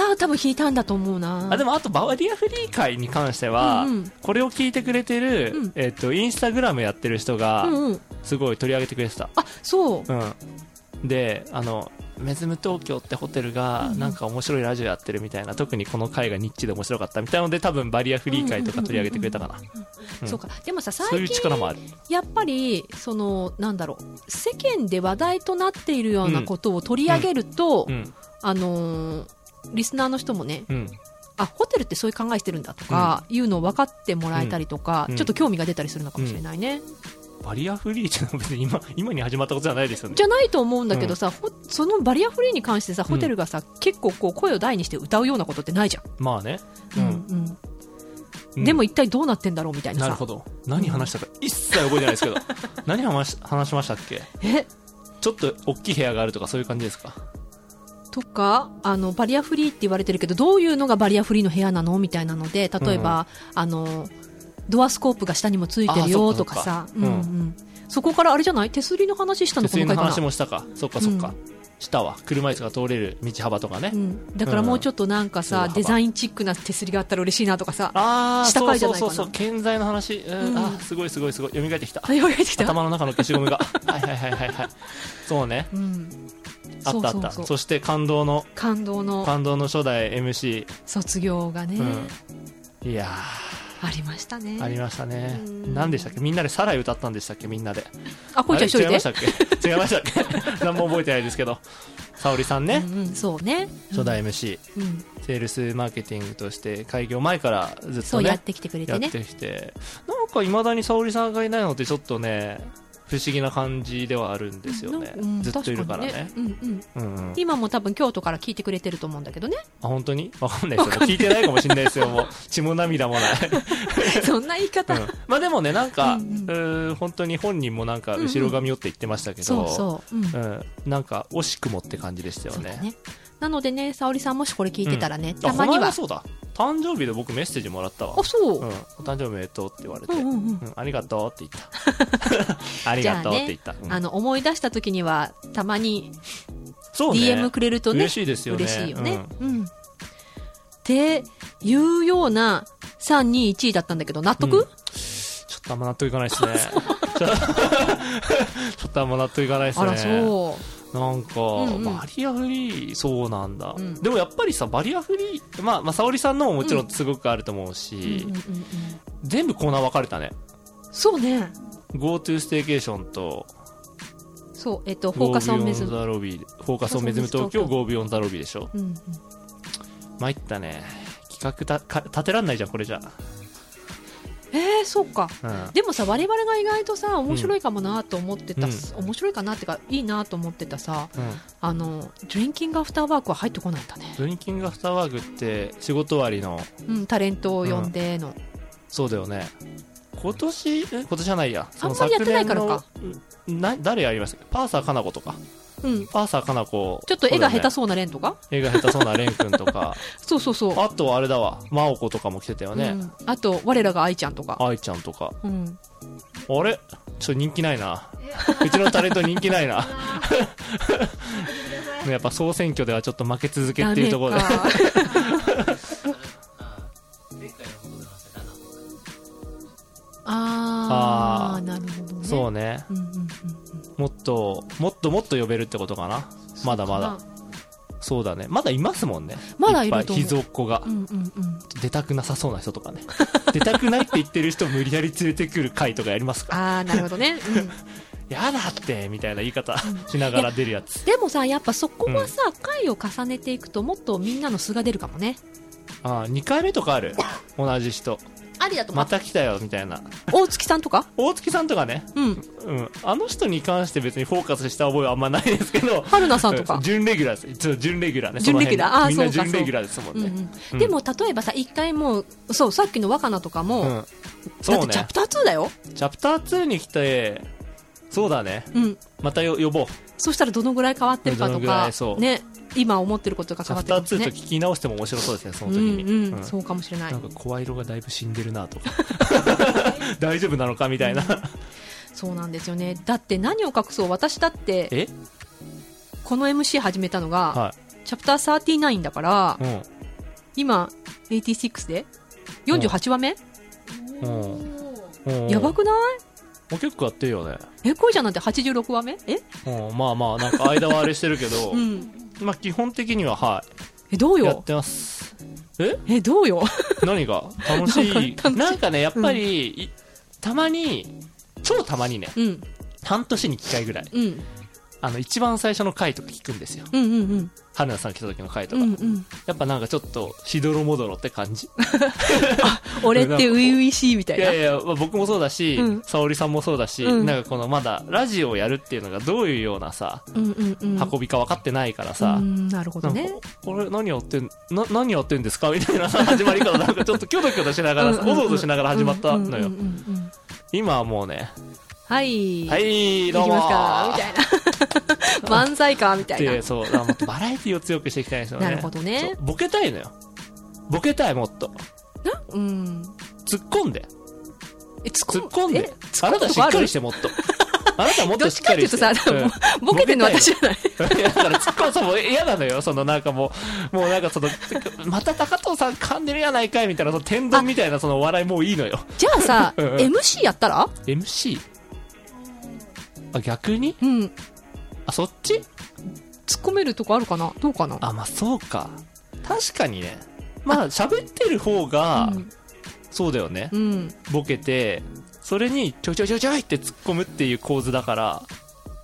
S2: が多分引いたんだと思うな。
S3: あでもあとバリアフリー会に関しては、
S2: うんうん
S3: これを聞いてくれてる、
S2: うん
S3: えっとインスタグラムやってる人が
S2: うんうん。
S3: すごい取り上げてくれてた、
S2: あ、そう。
S3: うん、であのメズム東京ってホテルがなんか面白いラジオやってるみたいな、特にこの回がニッチで面白かったみたいなので多分バリアフリー会とか取り上げてくれたかな、うん
S2: そうか。でもさ、
S3: そうい
S2: 最
S3: う
S2: 近、
S3: 力もある
S2: やっぱり、その、なんだろう、世間で話題となっているようなことを取り上げると、
S3: うん
S2: あのーリスナーの人もね、
S3: うん
S2: あ、ホテルってそういう考えしてるんだとか、いうのを分かってもらえたりとか、
S3: うん
S2: ちょっと興味が出たりするのかもしれないね。
S3: バリアフリーっていうのは別に今 今に始まったことじゃないですよね
S2: じゃないと思うんだけどさ、ほそのバリアフリーに関してさ、ホテルがさ、結構こう声を大にして歌うようなことってないじゃん。
S3: まあね、
S2: うん
S3: う
S2: うんん、でも一体どうなってんだろうみたいな
S3: なる
S2: さ
S3: ほ。ど何話したか一切覚えてない ですけど何話し話しましたっけ
S2: え
S3: ちょっと大きい部屋があるとかそういう感じですか
S2: とかあのバリアフリーって言われてるけどどういうのがバリアフリーの部屋なのみたいなので例えば、あのドアスコープが下にもついてるよ
S3: あそ
S2: と
S3: っか
S2: かさ
S3: そっ
S2: うん
S3: か
S2: うんそこからあれじゃない手すりの話した
S3: 手
S2: のこ
S3: すり
S2: の
S3: の
S2: 回か
S3: 話
S2: な、
S3: もしたかそっかそっか、
S2: うん
S3: したわ車椅子が通れる道幅とかね、
S2: うん、だからもうちょっとなんか
S3: うん
S2: さ、
S3: うん
S2: デザインチックな手すりがあったら嬉しいなとかさ
S3: ああ
S2: 下
S3: そう
S2: 回じゃ
S3: そ
S2: な
S3: う
S2: いかな
S3: そうそう健在の話、うん
S2: うん
S3: あーすごいすごいすごい蘇ってきた
S2: あよいきた、
S3: 頭の中の消しゴムが はいはいはいはいはいそうね
S2: うん、
S3: あったあった
S2: そう
S3: そ
S2: そうそう
S3: して感動の
S2: 感動の
S3: 感動の初代 MC、
S2: 卒業がね、
S3: うん、いや
S2: ありましたね
S3: ーありましたね
S2: うん
S3: 何でしたっけみんなで「サライ」歌ったんでしたっけみんなで
S2: あこいちゃん一
S3: あれ違いまし
S2: 人
S3: たっけ 違いましたっけ何も覚えてないですけど沙織さん
S2: で、
S3: ね、
S2: うんうん、そうね
S3: 初代 MC
S2: うん、
S3: セールスマーケティングとして開業前からずっ
S2: そ
S3: と
S2: うや
S3: ね
S2: ってきてくれ
S3: や
S2: て
S3: っ
S2: ね
S3: てきてなんかいまだに沙織さんがいないのってちょっとね不思議な感じではあるんですよね、
S2: うん
S3: ずっといるからね
S2: 確にうんうん、
S3: うんうん、
S2: 今も多分京都から聞いてくれてると思うんだ けどね
S3: あ本当にわかんないですよね聞いてないかもしれないです よもう血も涙もない、
S2: そんな言い方、
S3: うんまあでもねなん
S2: う
S3: か
S2: んうん
S3: うーん本当に本人もなんか後ろ髪をって言ってましたけど、
S2: そうそう、うん
S3: うん、なんか惜しくもって感じでしたよ
S2: そう
S3: ね
S2: だねなのでね沙織さんもしこれ聞いてたらね、
S3: あ
S2: た
S3: こ
S2: ま
S3: の
S2: には
S3: 間
S2: あそ
S3: そうだ誕生日で僕メッセージもらったわ
S2: う
S3: うん、お誕生日おめでとうって言われて、
S2: う
S3: うんん
S2: うんうん
S3: ありがとう って言った。ありがとうって言った。うん
S2: あの思い出した時にはたまに
S3: そうね
S2: DM くれるとね
S3: 嬉しいですよね。
S2: 嬉しいよね
S3: うん
S2: うん、っていうような321位だったんだけど納
S3: うん
S2: 得、
S3: ちょっとあんま納得いかないですね。ちょ ちょっとあんま納得いかないです
S2: あ
S3: ね。
S2: らそう
S3: なんか、
S2: んうん
S3: バリアフリー、そうなんだ、
S2: うん
S3: でもやっぱりさ、バリアフリー、まあ、まあ、沙織さんのももちろんすごくあると思うし、
S2: うんうんうんうん
S3: 全部コーナー分かれたね。
S2: そうね
S3: GoTo ステーケーションと、
S2: そうえっとフォーカスオンメズ
S3: Go Beyond the Lobby フォーカスオンメズム東京、Go Beyond the Lobby でしょ。
S2: うんうん、
S3: 参ったね。企画たか立てらんないじゃん、これじゃ。
S2: えー、えー、そうか
S3: うん
S2: でもさ我々が意外とさ面白いかもなと思ってた、
S3: うん
S2: 面白いかなってかいいなと思ってたさ
S3: うん、
S2: あのドリンキングアフターワークは入ってこないんだね、
S3: ドリンキングアフターワークって仕事終わりの
S2: うん、タレントを呼んでの、
S3: そうだよね今年え今年じゃないやその
S2: あんまりやってないからか
S3: 昨年のんな誰やりましたっけパーサーかな子とか
S2: うん
S3: パーサーかな子
S2: ちょっと絵が下手
S3: そ
S2: そうなレンとか
S3: うだよね、絵が下手そうなレン君と か
S2: そうそうそう
S3: あとはあれだわ真央子とかも来てたよね、
S2: うん、あと我らが愛ちゃんとか、
S3: 愛ちゃんとか
S2: うん、
S3: あれちょっと人気ないなうちのタレント人気ない なやっぱ総選挙ではちょっと負け続けっていうところで
S2: ダメか
S4: 前回のことで話したら7
S2: ああ
S3: あー
S2: なるほどね
S3: そうね
S2: うんうんうんうん、
S3: もっともっともっと呼べるってことかなまだまだそうだねまだいますもんね
S2: まだいる
S3: っぱ
S2: と思う
S3: い秘蔵っ子が
S2: うんうんうん
S3: 出たくなさそうな人とかね 出たくないって言ってる人無理やり連れてくる回とかやりますか
S2: ああなるほどね、うん、
S3: やだってみたいな言い方しながら出るやつ
S2: でもさやっぱそこはさ、回を重ねていくともっとみんなの素が出るかもね
S3: あ2回目とかある同じ人
S2: ありだと思
S3: ま
S2: う、
S3: た来たよみたいな
S2: 大月さんとか
S3: 大月さんとかね、
S2: うん
S3: うん、あの人に関して別にフォーカスした覚えはあんまないですけど
S2: 春菜さんと
S3: う
S2: か
S3: ん、準レギュラーですそう準レギュラーね
S2: 準レギュラー
S3: その
S2: あ
S3: 辺
S2: ー
S3: みんな
S2: そうか
S3: 準レギュラーですもん
S2: うんう
S3: ね
S2: んでも例えばさ一回もうそうさっきの若菜とかも、
S3: うん、
S2: だっ
S3: そう
S2: て
S3: ね
S2: チャプター2だよ、
S3: チャプター2に来てそうだね
S2: うん、
S3: またよ呼ぼう
S2: そしたらどのぐらい変わってるかと
S3: どのぐら
S2: か
S3: いそう
S2: ね、今思ってることが
S3: チ
S2: 変
S3: ャ
S2: わっ
S3: プ
S2: て
S3: ター
S2: るす
S3: 2と
S2: ね
S3: 聞き直しても面白そうですねその
S2: う
S3: 時に、
S2: んう
S3: うん
S2: ん、そうかもしれない
S3: なんか声色がだいぶ死んでるなと か大丈夫なのかみたいな
S2: そうなんですよねだって何を隠そう私だって
S3: え
S2: この MC 始めたのが、
S3: は
S2: チャプター39だから、
S3: い
S2: 今86で48話目、
S3: うんうんうん
S2: やばくない
S3: もう結構やってるよね
S2: えこいちゃんなんて86話目え
S3: うんまあまあなんか間はあれしてるけど、
S2: うん
S3: まあ基本的にはは
S2: えどう
S3: いやっ
S2: よ
S3: てますえ
S2: えどうよ
S3: 何が楽しい
S2: なんか楽しい
S3: なんかねやっぱり、いたまに超たまにね
S2: うん
S3: 半年に1回ぐらい
S2: うん
S3: あの一番最初の回とか聞くんですよ
S2: うんうんうん
S3: 春菜さん来た時の回と
S2: う
S3: か、
S2: んうん
S3: やっぱなんかちょっとしどろもどろって感じ
S2: 俺って初々しいみたい
S3: い
S2: な
S3: やいや、まあ僕もそうだし、
S2: うん
S3: 沙織さんもそうだし、
S2: うん
S3: なんかこのまだラジオをやるっていうのがどういうようなさ、
S2: うんうんうん
S3: 運びか分かってないからさ、
S2: うんなるほ
S3: な
S2: ど
S3: んか
S2: ね
S3: お俺何やってんな何やってんですかみたいなさ始まり方なんかちょっとキョドキョドしながらさ
S2: うんうん
S3: お
S2: うん
S3: どおどしながら始まったのよ、
S2: うんうんうんうん
S3: 今はもうね
S2: はい
S3: 「はい
S2: 行
S3: どう
S2: き
S3: も
S2: ます
S3: ー」
S2: かみたいな 漫才かみたい な
S3: ってそうだからもっとバラエティを強くしていきたいんですよね
S2: なるほどね
S3: そうボケたいのよボケたいもっと
S2: なうん
S3: 突っ込んで
S2: え突
S3: 突っ込んであ
S2: 突
S3: な
S2: っ込む
S3: た
S2: と
S3: し
S2: こあ
S3: っか
S2: る
S3: りしてもっとあなたもっ
S2: ど
S3: と
S2: っ
S3: し
S2: ち
S3: っ
S2: か
S3: か
S2: ってい
S3: り
S2: う
S3: して
S2: とさ、
S3: うん
S2: ボケてんの私じゃない。
S3: いやだからツッコミさんも嫌なのよそのなんかもうもうなんかそのまた高藤さん噛んでるやないかいみたいなその天丼みたいなそのお笑いもういいのよ
S2: じゃあさ、
S3: うん
S2: MC やったら
S3: MC あ逆に
S2: うん。
S3: あそっち
S2: 突っ込めるとこあるかなどうかな
S3: あまあそうか確かにねまあ喋ってる方が、
S2: うん
S3: そうだよね
S2: うん。
S3: ボケてそれにちょいちょいちょいちょいって突っ込むっていう構図だから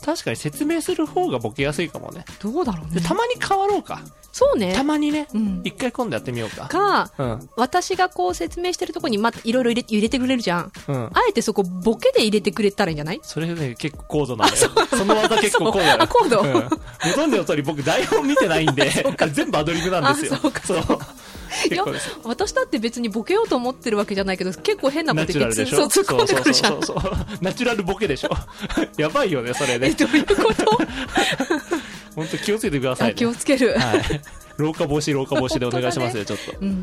S3: 確かに説明する方がボケやすいかもね
S2: どうだろう
S3: で
S2: ね。
S3: たまに変わろうか
S2: そうね
S3: た。まにね
S2: うん。
S3: 一回今度やってみようか
S2: か、
S3: うん
S2: 私がこう説明してるとこに、ま、いろいろ入れ入れてくれるじゃん。
S3: うん
S2: あえてそこ、ボケで入れてくれたらいいんじゃない
S3: それね、結構高度なのよ。その技結構高度なの
S2: あ、コード。
S3: うんご存知の通り僕台本見てない んで、全部アドリブなんですよ
S2: あ。そうか
S3: そう。
S2: い
S3: 結
S2: や
S3: 構です。
S2: 私だって別にボケようと思ってるわけじゃないけど、結構変なこと
S3: ナチュ
S2: 言
S3: ラ
S2: っ
S3: ル
S2: て、
S3: でし
S2: そう
S3: ょ
S2: 突っ込んでくるじゃん。
S3: そうそうそうそうナチュラルボケでしょ やばいよね、それ
S2: え、
S3: ね。
S2: どういうこと
S3: 本当気をつけてください、
S2: あ
S3: ね。
S2: 気をつける。
S3: はい。老化防止、老化防止でお願いしますよ、ちょっと。
S2: うん。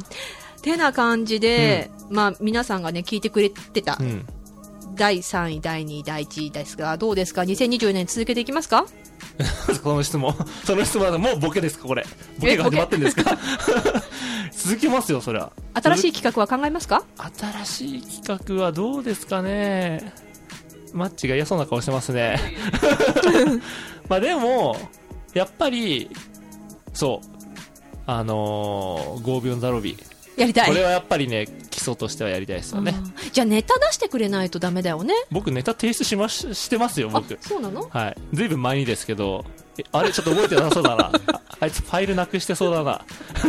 S2: てな感じで、まあ皆さんがね、聞いてくれてた、
S3: うん。
S2: 第3位、第2位、第1位ですが、どうですか ?2024 年続けていきますか
S3: その質問。その質問はもうボケですか、これ。ボケが始まってんですか 続きますよ、そりゃ。
S2: 新しい企画は考えますか
S3: 新しい企画はどうですかねマッチが嫌そうな顔してま すねまあでもやっぱりそうあのー、ゴービオンザロビー
S2: やりたい。
S3: これはやっぱりね基礎としてはやりたいですよね
S2: あーじゃあネタ出してくれないとダメだよね。
S3: 僕ネタ提出しまししてますよ
S2: あ
S3: 僕、
S2: そうなの
S3: はいずいぶん前にですけどえあれちょっと覚えてなさそうだな ああいつファイルなくしてそうだな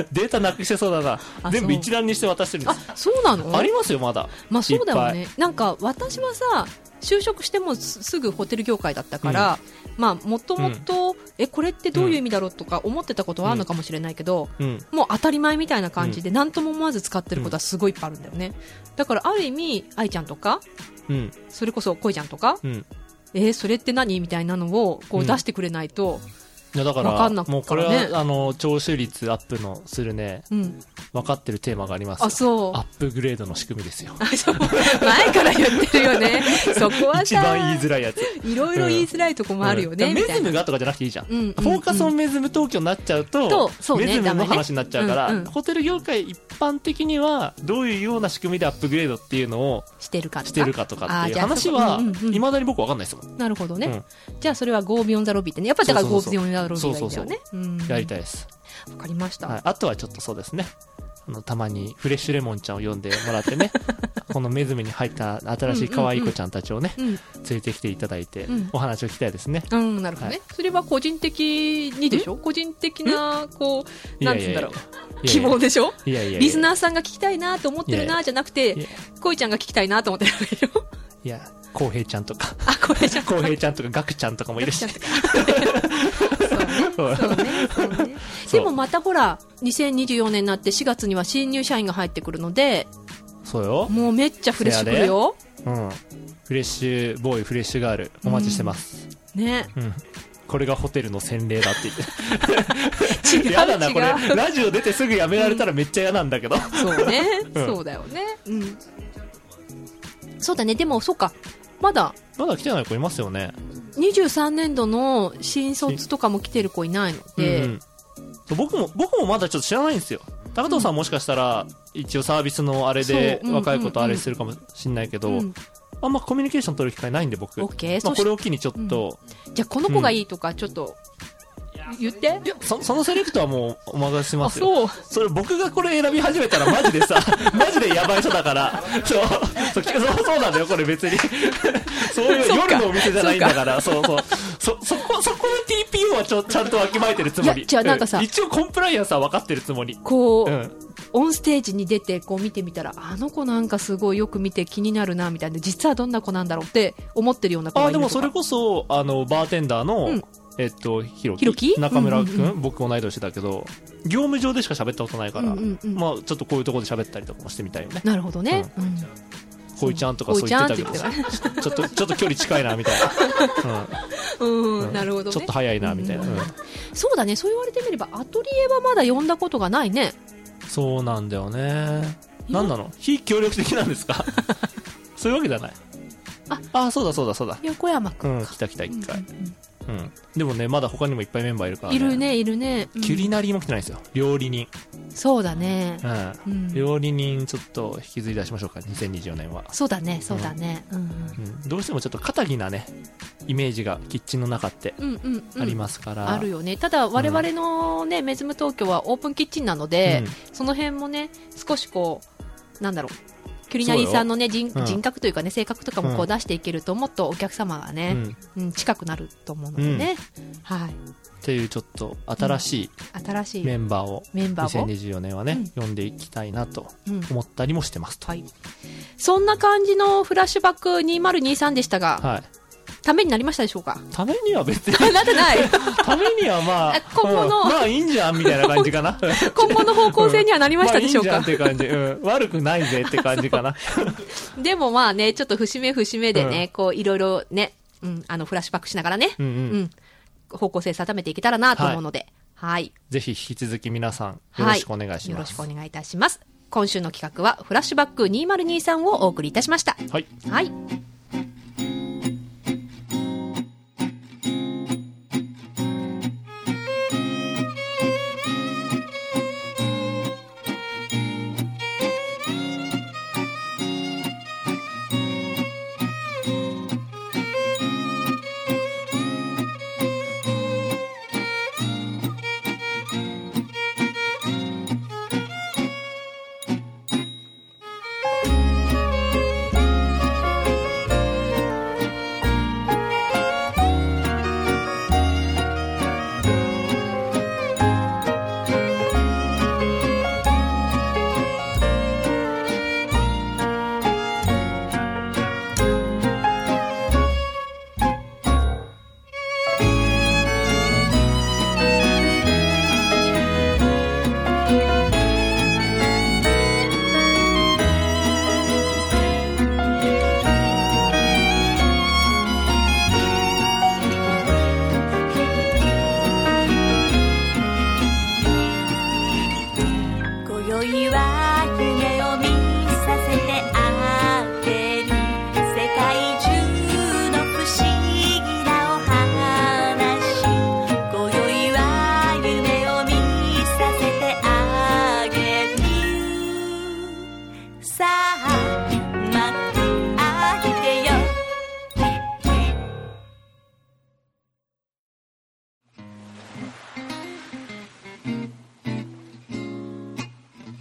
S3: データなくしてそうだ
S2: あ
S3: な全部
S2: そう
S3: 一覧にして渡してるんです
S2: あそうなの
S3: ありますよまだ
S2: まあそうだよ
S3: い
S2: ねなんか私はさ就職してもすすぐホテル業界だったから、まあもともとえこれってどういう意味だろうとか思ってたことはあるのかもしれないけど、
S3: うん
S2: もう当たり前みたいな感じで何とも思わず使ってることはすごいいっぱいあるんだよねだからある意味愛ちゃんとか
S3: うん
S2: それこそ恋ちゃんとか
S3: うん
S2: えーそれって何みたいなのをこ
S3: う
S2: うん出してくれないと、
S3: いやだから
S2: わかんなくからね
S3: もうこれはあの聴取率アップのするね
S2: うん
S3: 分かってるテーマがありますよ
S2: あそう
S3: アップグレードの仕組みですよ
S2: あそう 前から言ってるよねそこは
S3: 一番言い
S2: さ
S3: づらいやつ
S2: いろいろ言いづらいとこもあるよね、
S3: うん
S2: み
S3: だから
S2: た
S3: メズ
S2: いな
S3: ムがとかじゃなくていいじゃん、
S2: うんうんうん
S3: フォーカスオンメズム東京になっちゃうと
S2: とそうね
S3: メズム
S2: ダメ
S3: の
S2: ね
S3: 話になっちゃうから、
S2: うんうん
S3: ホテル業界一般的にはどういうような仕組みでアップグレードっていうのを
S2: してるかとか
S3: してるかとか
S2: あ
S3: っ
S2: ー
S3: てい
S2: じ
S3: う
S2: ゃあ
S3: 話
S2: そう
S3: は
S2: うんうんうん
S3: いまだに僕分かんないですもん、
S2: なるほどね、
S3: うん
S2: じゃあそれは Go Beyond the Lobby ってねやっぱりだから
S3: そう
S2: Go
S3: そうそう
S2: Beyond the Lobby がいいんだよねうん
S3: やりたいです、
S2: わかりました、
S3: はい、あとはちょっとそうですねあのたまにフレッシュレモンちゃんを呼んでもらっ てねこのメズムに入った新しい可愛い子ちゃんたちをね、
S2: うん
S3: 連れてきていただいて、
S2: うん
S3: お話を聞きたいですね
S2: うん、なるほどね、それは個人的にでしょ個人的なこうなんつうんだろう希望でしょ
S3: いやいやいや
S2: リスナーさんが聞きたいなと思ってる
S3: いやい
S2: なじゃなくて
S3: や
S2: 恋ちゃんが聞きたいなと思ってるわけでしょ
S3: いや浩平ちゃんとか
S2: あこれじゃん
S3: 浩平ちゃんとかガクちゃんとかもいる し
S2: そうねそうね
S3: そ
S2: で
S3: う
S2: もまたほら2024年になって4月には新入社員が入ってくるので
S3: そうよ、
S2: もうめっちゃフレッシュくるよ、
S3: うん、フレッシュボーイフレッシュガールお待ちしてます、
S2: ね、
S3: うんこれがホテルの洗礼だって
S2: 違
S3: 言っ
S2: う
S3: て嫌だなこれ
S2: 違う
S3: ラジオ出てすぐやめられたらめっちゃ嫌なんだけど
S2: そうね、
S3: うん
S2: そうだよね、うん、そうだねでもそうかまだ
S3: まだ来てない子いますよね、
S2: 23年度の新卒とかも来てる子いないので、
S3: うんうんそう僕も僕もまだちょっと知らないんですよ高藤さんもしかしたら一応サービスのあれで
S2: そううん
S3: 若い子とあれするかもしんないけど、
S2: うん
S3: あんまコミュニケーション取る機会ないんで僕、
S2: オッケー
S3: ま
S2: そ
S3: あ、
S2: し
S3: これを機にちょっと、
S2: じゃあこの子がいいとかちょっと言って、
S3: そそのセレクトはもうお任せし
S2: あ
S3: ます
S2: そ
S3: よ
S2: う
S3: それ僕がこれ選び始めたらマジ でさマジでやばい人だからそうそうそうそうなんだよこれ別にそういう
S2: そうか
S3: 夜のお店じゃないんだからそうそうそそこそこの TPO はちょちゃんとわきまえてるつも
S2: い
S3: り
S2: やじゃあなんかさ
S3: う一応コンプライアンスは分かってるつもり
S2: こう、
S3: うん
S2: オンステージに出てこう見てみたらあの子なんかすごいよく見て気になるなみたいな実はどんな子なんだろうって思ってるような子
S3: あ
S2: が
S3: あ
S2: いる
S3: でも
S2: と
S3: そ
S2: か
S3: れこそあのバーテンダーの、
S2: うん
S3: えっとひろき
S2: ひろき
S3: 中村君、
S2: うんうん
S3: 僕同い年だけど業務上でしか喋ったことないか
S2: う
S3: ら、
S2: んうんうん
S3: まあちょっとこういうところで喋ったりとかもしてみたいよね
S2: なるほどね、うん
S3: こいちゃんとかそう言ってたけど
S2: こいちゃんって
S3: ちょっとちょっと距離近いなみ たいな、うん
S2: うん
S3: うん
S2: なるほどね
S3: ちょっと早いなみたいな、
S2: うん
S3: うん
S2: そうだねそう言われてみればアトリエはまだ呼んだことがないね
S3: そうなんだよね
S2: 今
S3: 何なの非協力的なんです かそういうわけじゃない
S2: あ
S3: あそうだそうだそうだ
S2: 横山く
S3: うんん
S2: か、
S3: 来た来た一回
S2: うんうん
S3: うん、でもねまだ他にもいっぱいメンバーいる
S2: う
S3: から、
S2: んいるねいるね、うん
S3: キュリナリーも来てないんですよ料理人、
S2: そうだね
S3: う、ん
S2: うん
S3: 料理人ちょっと引きずり出しましょうか2024年は、
S2: そうだねそうだね、うん
S3: うん、どうしてもちょっと肩着なねイメージがキッチンの中って
S2: うん、うんうんうん
S3: ありますから、
S2: あるよねただ我々のね、メズム東京はオープンキッチンなので、その辺もね少しこうなんだろうキュリナリーさんのね人,、
S3: うん
S2: 人格というかね性格とかもこ
S3: う
S2: うん出していけるともっとお客様が
S3: う
S2: ね
S3: ん、、うんっ
S2: うん近くなると思うのでね、はい
S3: ていうちょっと新し
S2: 新し
S3: い
S2: い
S3: メンバーを
S2: メンバーを、
S3: 2024年はね、読んでいきたいなと
S2: うん
S3: 思ったりもしてますと。
S2: はい、そんな感じのフラッシュバック2023でしたが、
S3: はい。
S2: ためになりましたでしょうか
S3: ためには別に、
S2: なってない
S3: ためにはまあ、
S2: 今後の
S3: うんまあいいんじゃんみたいな感じか な。
S2: 今後の方向性にはなりましたでしょう
S3: まあ
S2: か
S3: いいん、じゃんっていう感じ。うん。悪くないぜって感じ かな。
S2: でもまあねちょっと節目節目でね、
S3: う
S2: こういろいろね、うん、あのフラッシュバックしながらね、
S3: うんう
S2: うん
S3: ん。
S2: 方向性定めていけたらなと思うので、はい、
S3: ぜひ引き続き皆さん、
S2: はい
S3: よろしくお願いし
S2: よろ
S3: ま
S2: し
S3: す。
S2: くお願いいたします。今週の企画は、フラッシュバック2023をお送りいたしました。
S3: はい。
S2: はい。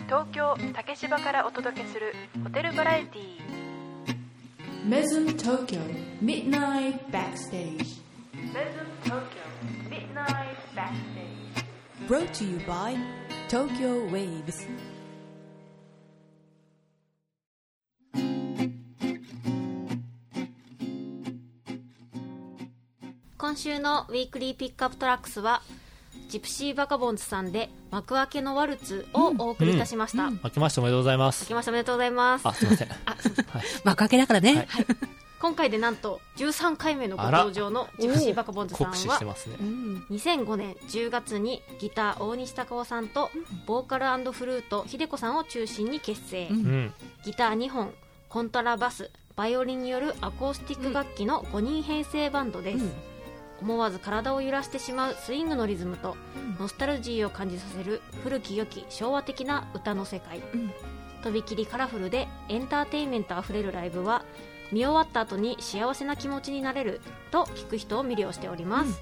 S2: 竹芝からお届けするホテルバラエティー Mesm Tokyo Midnight Backstage Mesm Tokyo Midnight Backstage Brought to you by Tokyo Waves
S5: 今週のウィークリーピックアップトラックスはジプシーバカボンズさんで幕開けのワルツをお送りいたしました、
S3: 明けましておめでとうございま
S5: 明
S3: す
S5: けましておめでとうございます
S3: あすいません
S5: あそうそう
S3: はい
S5: 幕開けだからね、
S3: はい
S5: 今回でなんと13回目のご登場のジプシーバカボンズさ ん
S3: 酷使して
S5: は
S3: ますね
S5: うん2005年10月にギター大西孝夫さんとボーカルフルート秀子さんを中心に結成、、
S3: うんん
S5: ギター2本コントラバスバイオリンによるアコースティック楽器の5人編成バンドです、思わず体を揺らしてしまうスイングのリズムとノスタルジーを感じさせる古き良き昭和的な歌の世界、
S2: うん
S5: とびきりカラフルでエンターテインメントあふれるライブは見終わった後に幸せな気持ちになれると聞く人を魅了しております、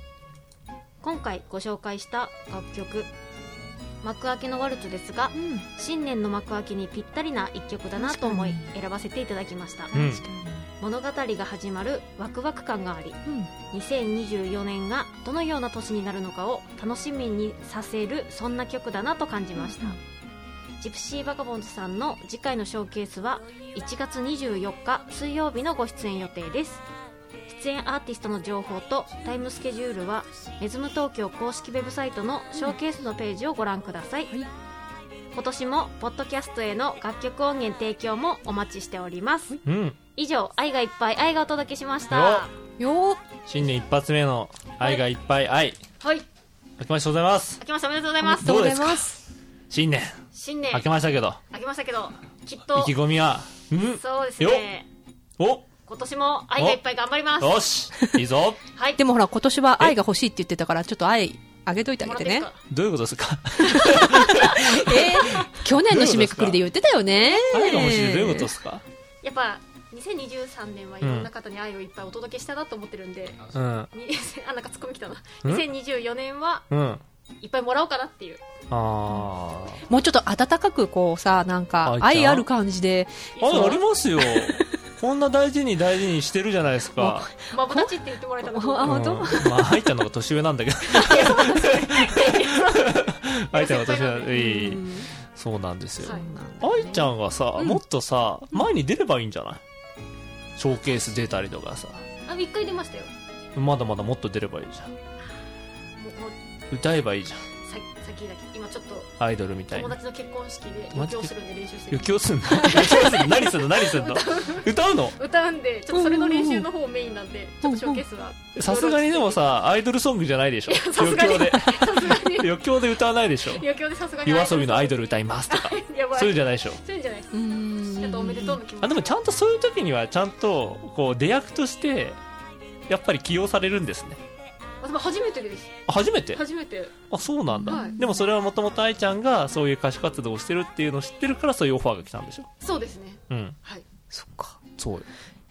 S5: 今回ご紹介した楽曲「幕開けのワルツ」ですが新年の幕開けにぴったりな一曲だなと思い
S2: 確
S5: 選ばせていただきました、
S3: うん
S5: 物語が始まるワクワク感があり2024年がどのような年になるのかを楽しみにさせるそんな曲だなと感じました、ジプシーバカボンズさんの次回のショーケースは1月24日水曜日のご出演予定です出演アーティストの情報とタイムスケジュールはメズム東京公式ウェブサイトのショーケースのページをご覧ください、
S2: はい
S5: 今年もポッドキャストへの楽曲音源提供もお待ちしております、
S3: うん
S5: 以上愛がいっぱい愛がお届けしまし
S3: よ
S5: た
S2: よ
S3: 新年一発目の愛がいっぱい愛
S5: はい
S3: 明けましておめでとうございます
S5: 明けましておめでとうございます
S3: どうで
S2: おめで
S3: すか
S2: とうございま
S3: 新年
S5: 新年
S3: 明けましたけど
S5: 明けましたけどきっ
S3: 意
S5: と
S3: 気込みはうん
S5: そうですね
S3: お
S5: 今年も愛がいっぱい頑張ります
S3: よしいいぞ
S5: はい
S2: でもほら今年は愛が欲しいって言ってたからちょっと愛あげといてあげてね
S5: もらって
S3: どういうことですか
S2: えー去年の締めくくりで言ってたよね
S3: 愛が欲しいどういうことですか
S5: いいですかやっぱ2023年はいろんな方に愛をいっぱいお届けしたなと思ってるんで、
S3: うん
S5: に あなんかツッコミきたな
S3: うん
S5: 2024年は
S3: うんあ
S5: いっぱいもらおうかなっていう
S3: あ
S2: もうちょっと温かくこうさなんか
S3: 愛ち
S2: 愛
S3: ゃん
S2: ある感じで
S3: あありますよこんな大事に大事にしてるじゃないですか
S5: マブダチって言ってもらえたの
S2: あ
S5: か
S2: 本当
S3: うんまあ愛ちゃんの方が年上なんだけど愛ちゃんの方が年上なんだいいそうなんですよ、
S5: はい
S3: 愛ちゃんはさ、
S2: うん
S3: もっとさ前に出ればいいんじゃないショーケース出たりとかさ
S5: あ一回出ましたよ
S3: まだまだもっと出ればいいじゃん
S5: もうもう
S3: 歌えばいいじゃん
S5: さ先だけ今ちょっと
S3: アイドルみたい
S5: 友
S3: に
S5: 達の結婚式で
S3: 友
S5: 余
S3: 達
S5: 興するんで練習して
S3: 余
S5: る
S3: 興すんの余興すんの何すんの何すんの歌うの
S5: 歌うんでちょっとそれの練習の方をメインなんでちょっとショーケースは
S3: さすがにでもさアイドルソングじゃないでしょ
S5: さす
S3: 余
S5: がに
S3: 興で
S5: さすがに
S3: 余興で歌わないでしょ
S5: 余興でさすがに
S3: 夜遊びのアイドル歌いますとか
S5: やばい
S3: そういうん
S5: じ
S3: じゃないでしょ
S5: ゃないです
S2: ち
S5: ちょっとおめでとうの気持ち
S3: あでもちゃんとそういう時にはちゃんとこう出役としてやっぱり起用されるんですね
S5: 私も初めてです
S3: あ初めて
S5: 初めて
S3: あそうなんだ、
S5: はい
S3: でもそれはもともと愛ちゃんがそういう歌手活動をしてるっていうのを知ってるからそういうオファーが来たんでしょ
S5: そうですね
S3: うん
S5: はい
S2: そっか
S3: そうよ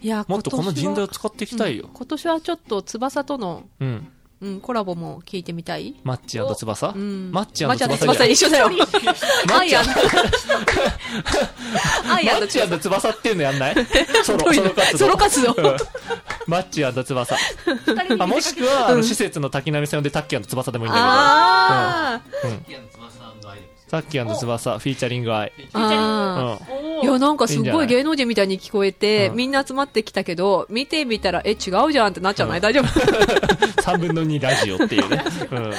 S2: いや
S3: もっとこの人材を
S2: き
S3: 使っていきたいよ
S2: 今年はちょっと翼との、
S3: うん、
S2: うん、コラボも聞いてみたい
S3: マッチ翼、
S2: うん
S3: マッチ
S2: マッチ
S3: 翼じゃん
S2: 翼一緒だよアイアンアイ
S3: マ
S2: アン
S3: ッチ翼っていうのやんないソ
S2: ど
S3: ロ
S2: うい
S3: ソ
S2: う
S3: ロ活動
S2: ソロ活動
S3: うんマッチ翼
S5: 二人 に
S3: あもしくは、あ
S2: う
S3: の
S2: ん
S3: 施設の滝波さん呼んでタッキー翼でもいいんだ
S2: あ
S3: けど、うん、
S6: キアの翼のアイドルですよ
S3: タッキー翼フィーチャリング愛
S2: ーあー
S3: う
S2: いや
S5: お
S2: なんかすっ
S3: いいんじゃ
S2: ご
S3: ないい
S2: 芸能人みたいに聞こえて
S3: うん
S2: みんな集まってきたけど見てみたらえ違うじゃんってなっちゃうない、
S3: うん
S2: 大丈夫
S3: 3分の2ラジオっていうね、うん、
S5: 全然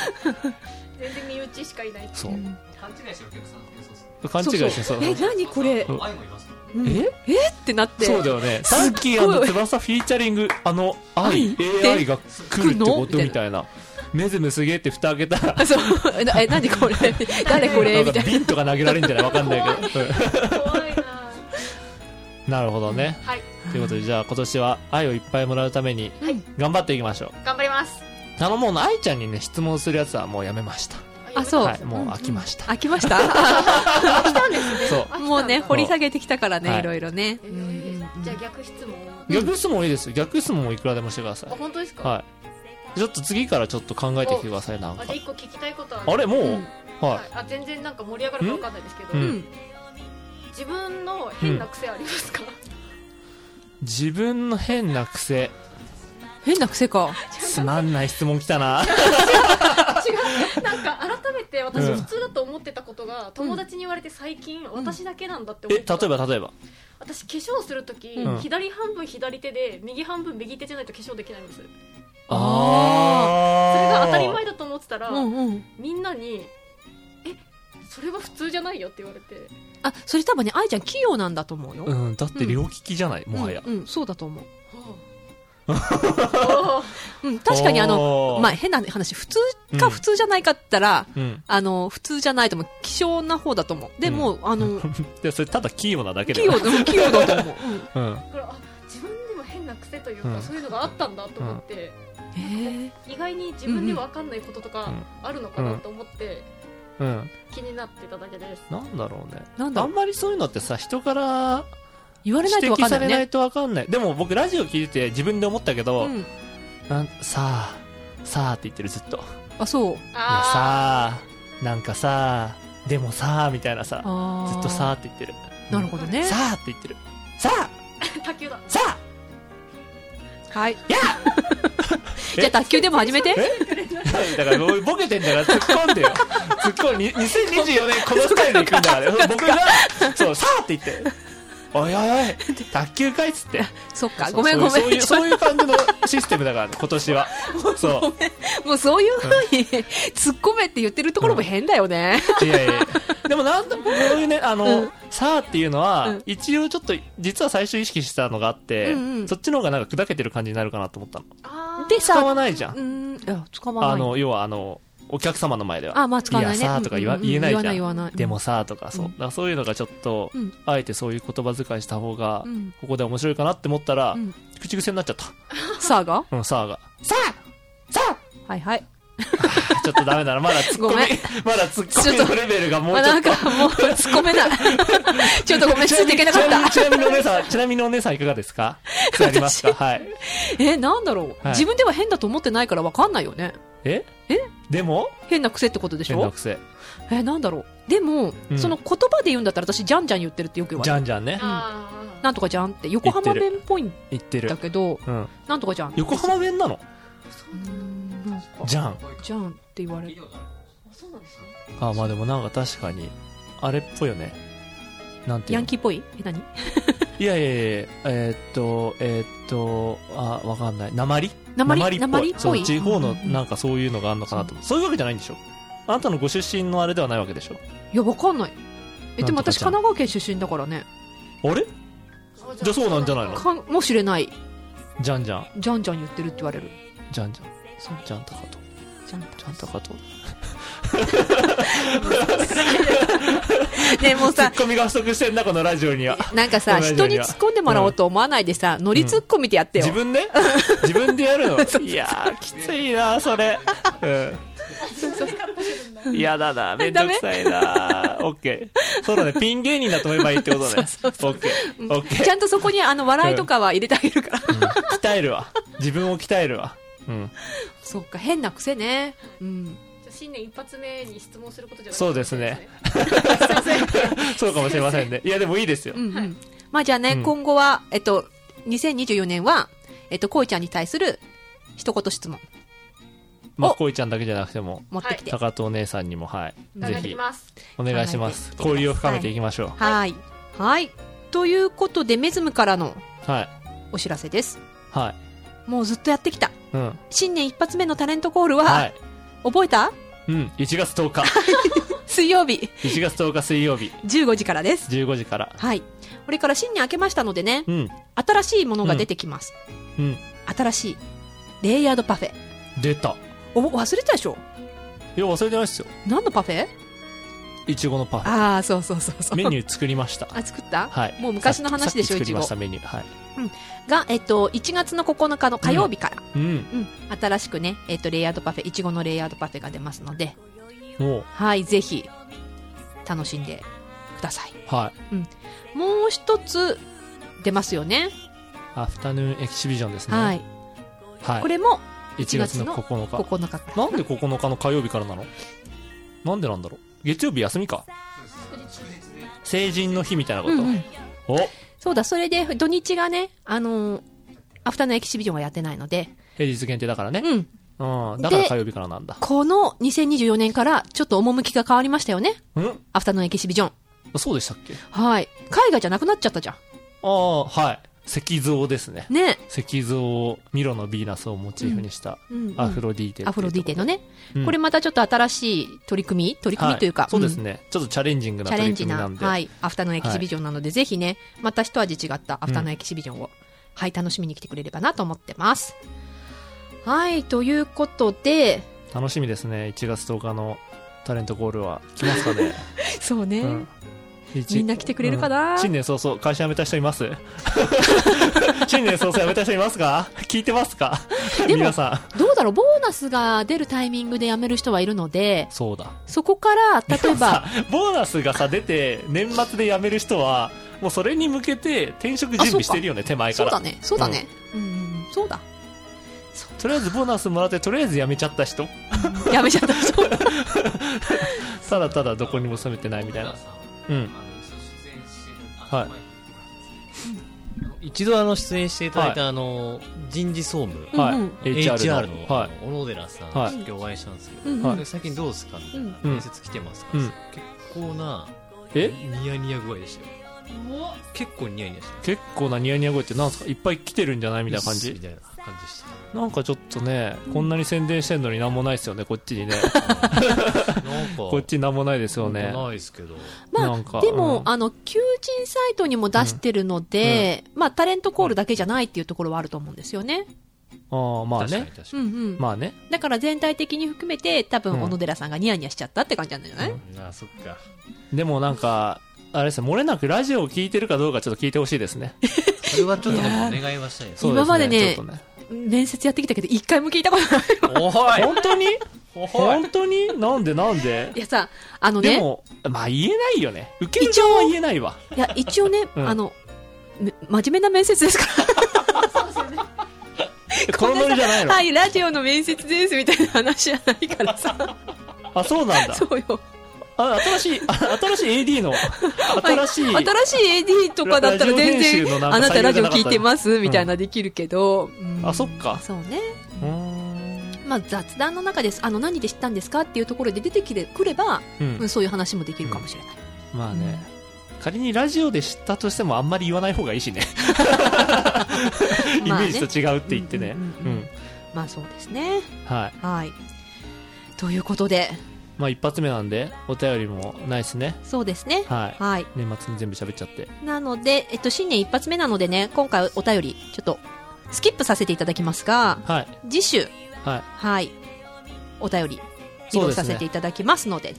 S5: 身内しかいない
S3: そうう
S6: 勘違いしてるお客さんってそうっすね
S3: 勘違いしてそう
S2: え何これ
S6: そう愛もいますよ
S2: うん
S3: え
S2: えってなって
S3: そうだよねタッキー翼フィーチャリングあの愛 AI が来るってことみたいなメズムすげえって蓋開けたら
S2: あそうえなえ何こ れ誰こ
S3: な
S2: れ
S3: ん
S2: みた
S3: か
S2: いな
S3: 瓶とか投げられるんじゃないわかんないけどう
S5: 怖いなん
S3: なるほどね
S5: はい
S3: ということでじゃあ今年は愛をいっぱいもらうために
S5: はい
S3: 頑張っていきましょう
S5: 頑張ります
S3: あのもう愛ちゃんにね質問するやつはもうやめました
S2: あそう
S3: はいもう飽きました、
S2: 飽きました
S3: そう
S5: あ
S2: もうね
S5: 来
S2: 掘り下げてきたから
S3: は
S2: ね
S3: い
S2: いろいろね、
S5: た
S2: うん
S5: ん
S2: うん
S5: だ
S2: う
S5: え
S2: ん
S5: ーじゃあ逆質問あ
S3: 逆質問いいですよ逆質問もいくらでもしてください
S5: 本当ですか
S3: はいちょっと次からちょっと考えてきてくださいなん
S5: あ
S3: か
S5: じゃあ一個聞きたいことある
S3: あれもう、
S2: うん
S3: はい
S5: はいあ全然なんか盛り上がるかわかんないですけど
S3: うん
S2: うん
S5: 自自分の変な癖ありますか、
S3: 自分の変な癖
S2: 変な癖か。
S3: つまんない質問き たな
S5: 違うなんか改めて私
S3: うん
S5: 普通だと思ってたことが友達に言われて最近私だけなんだって
S3: え
S5: 思っ
S3: 例え
S5: てた、
S3: ば例えば
S5: 私化粧するとき、
S3: うん
S5: 左半分左手で右半分右手じゃないと化粧できないんですそれ
S3: あ
S5: が当たり
S3: ー
S5: 前だと思ってたら、
S2: うんうん。
S5: みんなに「えそれは普通じゃないよ」って言われて
S2: あ、それ多分ね、愛ちゃん器用なんだと思うよ。
S3: うんだって両利きじゃない、もはや、
S2: うん、うんそうだと思う。
S5: は
S2: うん、確かにあの
S3: お、ー
S2: まあ、変な話、普通か普通じゃないかって言ったら、
S3: うん
S2: あの、普通じゃないと思う。希少な方だと思う。で
S3: うん
S2: も、あ の、
S3: でそれただ器用なだけ
S2: 器
S3: だよ
S2: 用、 うん器用だと思う。うん
S3: うん
S5: あこれあ自分でも変な癖というか、
S3: うん
S5: そういうのがあったんだと思って、
S2: へえ
S5: 意外に自分では分かんないこととかあるのかなと思って
S3: うん
S5: 気になってただけです、
S3: なんだろうね
S2: なんだ
S3: あ
S2: ろ
S3: ん
S2: う
S3: まりそういうのってさ人から
S2: 言われないと
S3: 指
S2: わ
S3: 摘
S2: かん
S3: さ
S2: な
S3: れ
S2: い
S3: ない
S2: ね。
S3: とわかんないでも僕ラジオ聞いてて自分で思ったけど、
S2: うん。
S3: なんさあさあって言ってるずっといや
S2: あ、そう。
S5: あ
S3: さあなんかさあでもさあみたいなさ
S2: あー
S3: ずっとさあって言ってる
S2: なるほどね。
S3: さあって言ってるさあ
S5: あ卓球だ
S3: さあ
S2: はい。 じゃあ、卓球でも始めて。
S3: だからもうボケてんだから突っ込んでよ突っ込んで2024年このスタイルでいくんだから僕がそうさあって言っておいおいおい卓球かいっつって
S2: そっか、
S3: そ
S2: ご
S3: う
S2: めんごめん。
S3: そういう そういうそういう感じのシステムだからね今年はそ
S2: もうそういうふうに、突っ込めって言ってるところも変だよね。
S3: ういやいやいやでもなんともこういうねあ
S2: う
S3: の、
S2: ん
S3: さあっていうのは、
S2: うん
S3: 一応ちょっと実は最初意識したのがあって、
S2: うんうん
S3: そっちの方がなんか砕けてる感じになるかなと思ったの
S5: あー
S2: で
S3: 使
S2: さ、
S3: わないじゃん
S2: う、ん、いや、使わ
S3: あ
S2: ない。
S3: の要はあのお客様の前では
S2: あ、まあ使わないね。
S3: いやさとか言わ
S2: うんうんうん
S3: 言えないじゃ
S2: 言わな
S3: ん
S2: い言わない。
S3: でもさとかそう、
S2: うん
S3: だからそういうのがちょっと、
S2: うん
S3: あえてそういう言葉遣いした方が、
S2: うん、
S3: ここで面白いかなって思ったら、
S2: うん
S3: 口癖になっちゃった。
S2: さあが
S3: うん、さあが。さあさあ
S2: はいはい。
S3: ちょっとダメだな。まだ ツッ
S2: ご
S3: コミ
S2: めん、
S3: まだツッ
S2: ちょっと
S3: コミのレベルがも
S2: まあ
S3: うち
S2: な
S3: ょ
S2: ん
S3: っと。
S2: かもう突っ込 めない。ちょっとごめん、ついていけなかっ
S3: ちなみに
S2: た。
S3: ちなみにお姉さん、ち なみにお姉さんいかがですかつなりますかはい。
S2: え、なんだろう。
S3: はい
S2: 自分では変だと思ってないからわかんないよね。
S3: え
S2: え
S3: でも、
S2: 変な癖ってことでし
S3: 変な
S2: ょ
S3: 癖。
S2: え、なんだろう。でも、
S3: うん
S2: その言葉で言うんだったら私、じゃんじゃん言ってるってよく言わ
S3: じ
S2: れ
S3: ゃ
S2: る。
S3: んじゃんね。
S5: あー
S2: なんとかじゃんって、横浜弁っぽいん
S3: 言ってる
S2: だ。けど、
S3: うん。
S2: なんとかじゃん。
S3: 横浜弁なの
S2: うーんなんか
S3: じゃん。
S2: じゃんって言われ
S4: 企
S2: る。
S4: 業だ
S5: あそうなんですか
S3: あ、まあでもなんか確かに、あれっぽいよね。なんていう
S2: ヤ
S3: の
S2: ンキーっぽいえ、何
S3: いやいやいやいやえーっと、えーっと、あ、わかんない。鉛
S2: 鉛鉛っ
S3: っぽい。
S2: ぽ
S3: そう
S2: い。
S3: 地方の
S2: うんうんうん
S3: なんかそういうのがあるのかなと思う。そういうわけじゃないんでしょあなたのご出身のあれではないわけでしょ
S2: いや、わかんない。え、でも
S3: なんとか
S2: 私、
S3: じ
S2: 神
S3: ゃ
S2: 奈
S3: ん
S2: 川県出身だからね。
S3: あれ
S5: あ
S3: じゃあそうなんじゃないの
S2: かんもしれない。
S3: じゃんじゃん。
S2: じゃんじゃん言ってるって言 われる。
S3: じゃんじゃん。そうじゃんたかと。
S2: じゃん
S3: じゃんたかと。
S2: ねもう
S3: ツ
S2: さ
S3: ッ、コミが不足してんな、このラジオには。
S2: なんかさ、
S3: 同じ
S2: 人
S3: ように
S2: に
S3: は
S2: 突っ込んでもらおうと思わないでさ、ノリ突っ込みでやってよ。
S3: 自分で 自分でやるのいやー、きついな、それ。うん。嫌だな、めんどくさい な。オッケー。そうだね、ピン芸人だと思えばいいってことね。オッケー。オッケー
S2: ち。ゃんとそこにあの、笑いとかは入れてあげるから。
S3: うん鍛えるわ自分を鍛えるわうん
S2: そっか、変な癖ね。うん。
S5: じゃあ新年一発目に質問することじゃない
S3: そうですねそうかもしれませんねいやでもいいですよ
S2: うんうん。まあじゃあね、
S3: うん
S2: 今後は、えっと、2024年は、えっと、こういちゃんに対する一言質問
S3: まあ
S2: お
S3: こいちゃんだけじゃなくても
S2: 持ってきて。は
S3: 高とお姉さんにもはい
S5: いた
S3: ぜ
S5: だき
S3: ひ
S5: ます
S3: お願いします
S2: 考えてみてください
S3: 交流を深めていきましょ
S2: い。はい。ということで、メズムからの
S3: うはい
S2: お知らせです。
S3: はい
S2: もうずっとやってきた。
S3: うん
S2: 新年一発目のタレントコールは、
S3: はい
S2: 覚えた
S3: うん1月10日
S2: 水曜日
S3: 1月10日水曜日
S2: 15時からです。
S3: 15時から
S2: はい。これから新年明けましたのでね、
S3: うん
S2: 新しいものが出てきます。
S3: うん
S2: 新しい。レイヤードパフェ。
S3: 出た
S2: お、忘れたでしょ
S3: いや忘れてないっすよ
S2: 何のパフェ
S3: いちごのパフ
S2: ああ、そうそうそうそ
S3: ェ
S2: う。
S3: メニュー作りました
S2: あ、作った
S3: はい
S2: もう昔の話でしょ、
S3: さ
S2: い
S3: っき
S2: ち
S3: 作りま
S2: ご
S3: し。たメニューはい
S2: が、えっと、1月の9日の火曜日から、
S3: うん
S2: うん、新しくね、えっと、レイヤードパフェ、いちごのレイヤードパフェが出ますので、
S3: もう
S2: はい、ぜひ、楽しんでください。
S3: はい
S2: もう一つ、出ますよね。
S3: アフタヌーンエキシビジョンですね
S2: はいい。こ
S3: 1
S2: れも
S3: 月の9日
S2: 9日から。
S3: なんで9日の火曜日からなのなんでなんだろう月曜日休みか
S4: 祝日で
S3: 成人の日みたいなこ
S2: う
S3: と、
S2: んうん、
S3: お
S2: そうだそれで土日がねあのーアフタヌーンエキシビジョンがやってないので、
S3: 平日限定だからね、
S2: うん、
S3: うん
S2: で
S3: だから火曜日からなんだ
S2: この2024年からちょっと趣が変わりましたよね
S3: うん
S2: アフタヌーンエキシビジョン
S3: そうでしたっけ
S2: はい海外じゃなくなっちゃったじゃ
S3: ああはい石像ですね
S2: んね
S3: 石像ミロのヴィーナスをモチーフにした
S2: うんうん
S3: アフロディーテっていうところ、
S2: アフロディーテのね、
S3: うん
S2: これまたちょっと新しい取り組み取り組みというか、
S3: はそうですね、ちょっとチャレンジング
S2: うん
S3: な
S2: チャレ
S3: 取
S2: ン
S3: り
S2: ジ
S3: 組みな
S2: なん
S3: で、
S2: はい、アフタヌーンエキシビジョンなので、ぜひねまた一味違ったアフタヌーンエキシビジョンを、はい楽しみに来てくれればなと思ってますはいということで
S3: 楽しみですね1月10日のタレントコールは来ますかね、
S2: そうね、
S3: うん一
S2: みんな来てくれるかな
S3: うん新年早々会社辞めた人います 新年早々辞めた人いますか聞いてますか
S2: でも
S3: 皆さ
S2: どうだろうボーナスが出るタイミングで辞める人はいるので
S3: んそうだ
S2: そこから例えば
S3: さボーナスがさ出て年末で辞める人はもうそれに向けて転職準備してるよね手前か
S2: そう
S3: ら
S2: だねそうだねうん、うんそうだ
S3: とりあえずボーナスもらってとりあえず辞めちゃった人
S2: 辞めちゃったそう
S3: ただただどこにも住めてないみたいなうんはい
S7: 一度あの出演していただいたあの人事総務
S3: はい、
S2: うんうん
S7: HR の
S3: は
S7: 小野寺さん
S3: はい
S7: 今日お会いしたんです
S2: う
S7: け
S2: んうん
S7: ど
S3: はい
S7: で最近どうですかみたいな
S3: うん
S7: 面接来てますか
S3: うん
S7: 結構ない
S3: え
S7: ニヤニヤ具合でしたよ
S5: お
S7: 結構ニヤニヤしてま
S3: 結構なニヤニヤ声ってなんですかいっぱい来てるんじゃない
S7: す
S3: みたいな感
S7: み
S3: じ
S7: たいな感じでした
S3: なんかちょっとねこんなに宣伝してんのになんもないですよねこっちにね
S7: なんか、
S3: こっちなんもないですよね
S7: ないですけど。
S2: ま
S3: なん
S2: あ、
S3: か
S2: でも、
S3: うん
S2: あの、求人サイトにも出してるので、まあ、タレントコールだけじゃないっていうところはあると思うんですよね。
S3: ああまあ
S7: 確かに
S3: ね
S7: 確か
S2: うんうん。
S3: まあね
S2: だから全体的に含めて、多
S3: う
S2: 分、
S3: ん
S2: 小野寺さんがニヤニヤしちゃったって感じなんじゃない、
S3: う
S7: に。ああ、そっか。
S3: でもなんかあれですね漏れなくラジオを聞いてるかどうかちょっと聞いてほしいですね
S7: それはちょっとでもお願いはしたいです。
S3: そうです
S2: 今までね
S3: ちょっとね
S2: 面接やってきたけど、一回も聞いたことない。
S7: おい
S3: 本当に本当になんでなんで
S2: いやさ、あの
S3: で
S2: ね、
S3: もまあ言えないよね受ける側は言えないわ
S2: いや、一応ね、
S3: うん
S2: あの、め真面目な面接ですか
S3: このノリじゃない
S2: ら、
S3: の
S2: はい、ラジオの面接ですみたいな話じゃないからさ、
S3: あそうなんだ
S2: そうよ。
S3: あ新しいあ新しい AD の新しい
S2: 新しい AD とかだったら全
S3: ラジオ編集の
S2: 然、
S3: なんか
S2: あなたラジオ
S3: 採用じゃなかった
S2: 聞いてますみたいなできるけど。うん
S3: あそっか
S2: そうね。
S3: うーん
S2: まあ雑談の中です。あの、何で知ったんですかっていうところで出てきてくれば、
S3: うん
S2: うんそういう話もできるかもしれない。
S3: まあね、仮にラジオで知ったとしてもあんまり言わない方がいいしねイ メ
S2: まあね
S3: ージと違うって言ってね
S2: うん
S3: う
S2: うんうん
S3: ん
S2: まあそうですね。
S3: はい
S2: はい。ということで、
S3: まあ一発目なんでお便りもないですね
S2: そうですね。
S3: はい
S2: はい。
S3: 年末に全部喋っちゃって
S2: なので、えっと、新年一発目なのでね、今回お便り、ちょっと、スキップさせていただきますが、
S3: はい
S2: 次週、
S3: はい
S2: はい。お便り、移
S3: そう
S2: 動
S3: です
S2: さ
S3: ね
S2: せていただきますので、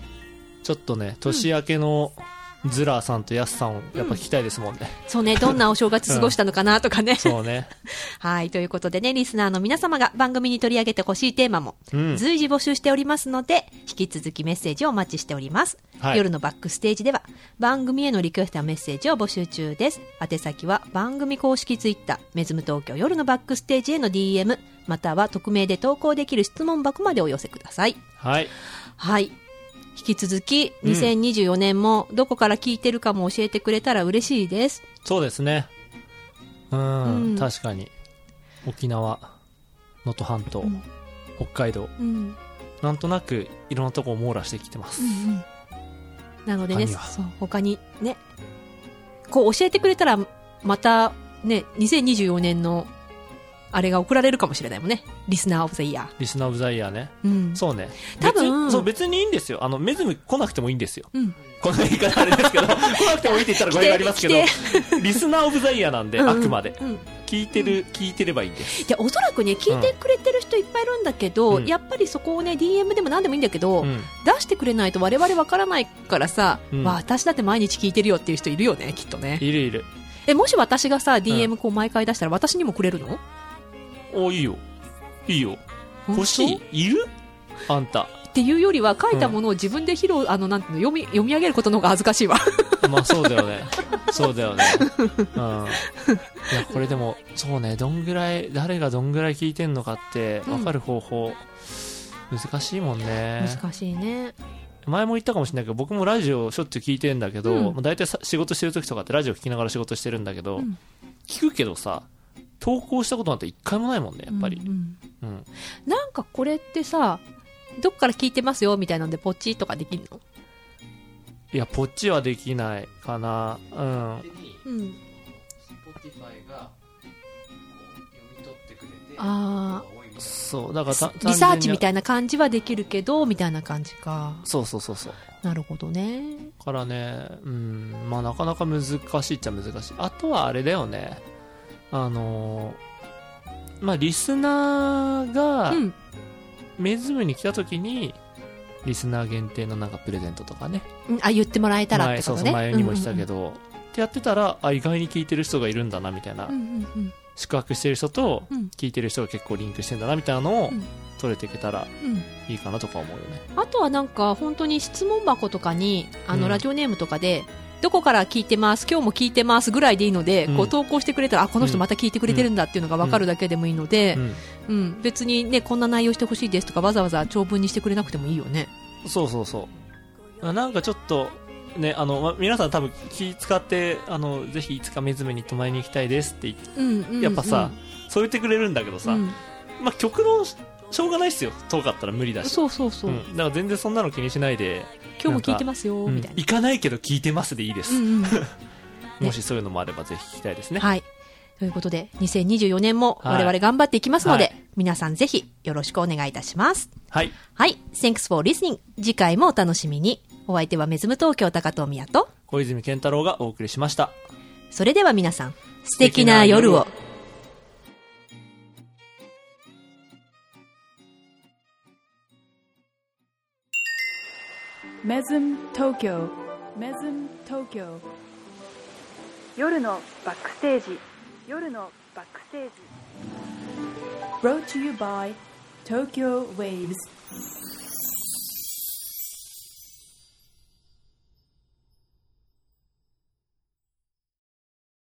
S3: ちょっとね年明けのズラーさんとヤスさんをやっぱ聞きたいですもんね、
S2: そうね、どんなお正月過ごしたのかなとかね。
S3: そうね
S2: はい、ということでね、リスナーの皆様が番組に取り上げてほしいテーマも
S3: うん
S2: 随時募集しておりますので、引き続きメッセージをお待ちしております。
S3: はい
S2: 夜のバックステージでは番組へのリクエストやメッセージを募集中です。宛先は番組公式ツイッター、メズム東京夜のバックステージへの DM、または匿名で投稿できる質問箱までお寄せください。
S3: はい
S2: はい。引き続き、
S3: うん
S2: 2024年もどこから聞いてるかも教えてくれたら嬉しいです。
S3: そうですねうん、
S2: うん
S3: 確かに沖縄能登半島、
S2: ん
S3: 北海道
S2: うん。
S3: なんとなくいろんなとこを網羅してきてます、
S2: なのでね、
S3: 他には
S2: そう、他にね、こう教えてくれたら、またね、2024年の、あれが送られるかもしれないもんね。リスナーオブザイヤ
S3: リスナー・オブ・ザ・イヤーね
S2: ー。うん。
S3: そうね
S2: 多分
S3: 別そう別にいいんですよあのメズム来なくてもいいんですよ
S2: うん。
S3: この言い方あれですけ ど来なくてもいいって言ったら語弊がありますけど
S2: 来
S3: リスナー・オブ・ザ・イヤーなんで、
S2: うん
S3: あくまで
S2: うん。
S3: 聞いてる、聞いてればいいんです
S2: で、おそらくね、聞いてくれてる人いっぱいいるんだけど、
S3: うん
S2: やっぱりそこをね、DM でも何でもいいんだけど、
S3: うん
S2: 出してくれないと我々わからないからさ、
S3: うん
S2: まあ私だって毎日聞いてるよっていう人いるよね、きっとね。
S3: いるいる
S2: え、もし私がさ、DM こう毎回出したら私にもくれるの
S3: おいいよいいよ欲し
S2: 本
S3: いいるあんた
S2: 当っていうよりは書いたものを自分で披露、あの、なんていうの、読み、読み上げることの方が恥ずかしいわ。
S3: まあそうだよ ね。そうだよね。うん。いや、これでも、そうね、どんぐらい、誰がどんぐらい聞いてんのかって、わかる方法、難しいもんね。
S2: 難しいね。
S3: 前も言ったかもしれないけど僕もラジオしょっちゅう聞いてんだけど、
S2: うん
S3: まあ大体さ仕事してる時とかってラジオ聞きながら仕事してるんだけど、
S2: うん
S3: 聞くけどさ投稿したことなんて一回もないもんねやっぱり
S2: うん、うん
S3: うん
S2: なんかこれってさどっから聞いてますよみたいなんでポチッとかできるの
S3: いやポッチはできないかなうん
S4: 手に
S2: うん、
S4: Spotify がこう読み取ってくれて
S2: あ
S4: 多いみたいな
S3: そうだからた
S2: リサーチみ
S3: い
S2: たいな感じはできるけどみたいな感じか
S3: そうそうそうそう
S2: なるほどね
S3: からねうんまあなかなか難しいっちゃ難しいあとはあれだよねあのーまあリスナーが
S2: うん
S3: 目ズムに来た時にリスナー限定のなんかプレゼントとかね
S2: うんあ言ってもらえたらっ
S3: 前
S2: て
S3: そ
S2: こ
S3: う
S2: と
S3: そう
S2: ね
S3: 前にもしたけど、ってやってたらあ意外に聞いてる人がいるんだなみたいな、
S2: うんうんうん
S3: 宿泊してる人と
S2: うん
S3: 聞いてる人が結構リンクしてんだなみたいなのを
S2: うん
S3: 取れていけたら
S2: うんうん
S3: いいかなとか思うよね、
S2: あとはなんか本当に質問箱とかにあ
S3: う
S2: の
S3: ん
S2: ラジオネームとかで、どこから聞いてます今日も聞いてますぐらいでいいので、
S3: うん
S2: こう投稿してくれたらあこの人また聞いてくれてるんだっていうのが分かるだけでもいいので、うん別に、ね、こんな内容してほしいですとかわざわざ長文にしてくれなくてもいいよね。
S3: うんそうそうそうなんかちょっとねあの、ま皆さん多分気使ってあのぜひいつか目覚めに泊まりに行きたいですって言って
S2: うんうんうん
S3: やっぱさ、そう言ってくれるんだけどさ、
S2: うん
S3: まあ曲のしょうがないっすよ遠かったら無理だし
S2: そうそうそう、
S3: うん、だから全然そんなの気にしないで、
S2: 今日も聞いてますよ
S3: うん
S2: みたいな。
S3: 行かないけど聞いてますでいいです、
S2: うんうんね
S3: もしそういうのもあればぜひ聞きたいですね
S2: はい。ということで、2024年も我々頑張っていきますので、
S3: はい
S2: 皆さんぜひよろしくお願いいたします。
S3: はい
S2: はい。Thanks for listening. 次回もお楽しみに。お相手はメズム東京高藤宮と、
S3: 小泉健太郎がお送りしました
S2: それでは皆さん、素敵な夜を。
S1: Mesm Tokyo Mesm Tokyo 夜のバックステージ夜のバックステージ Brought to you by Tokyo Waves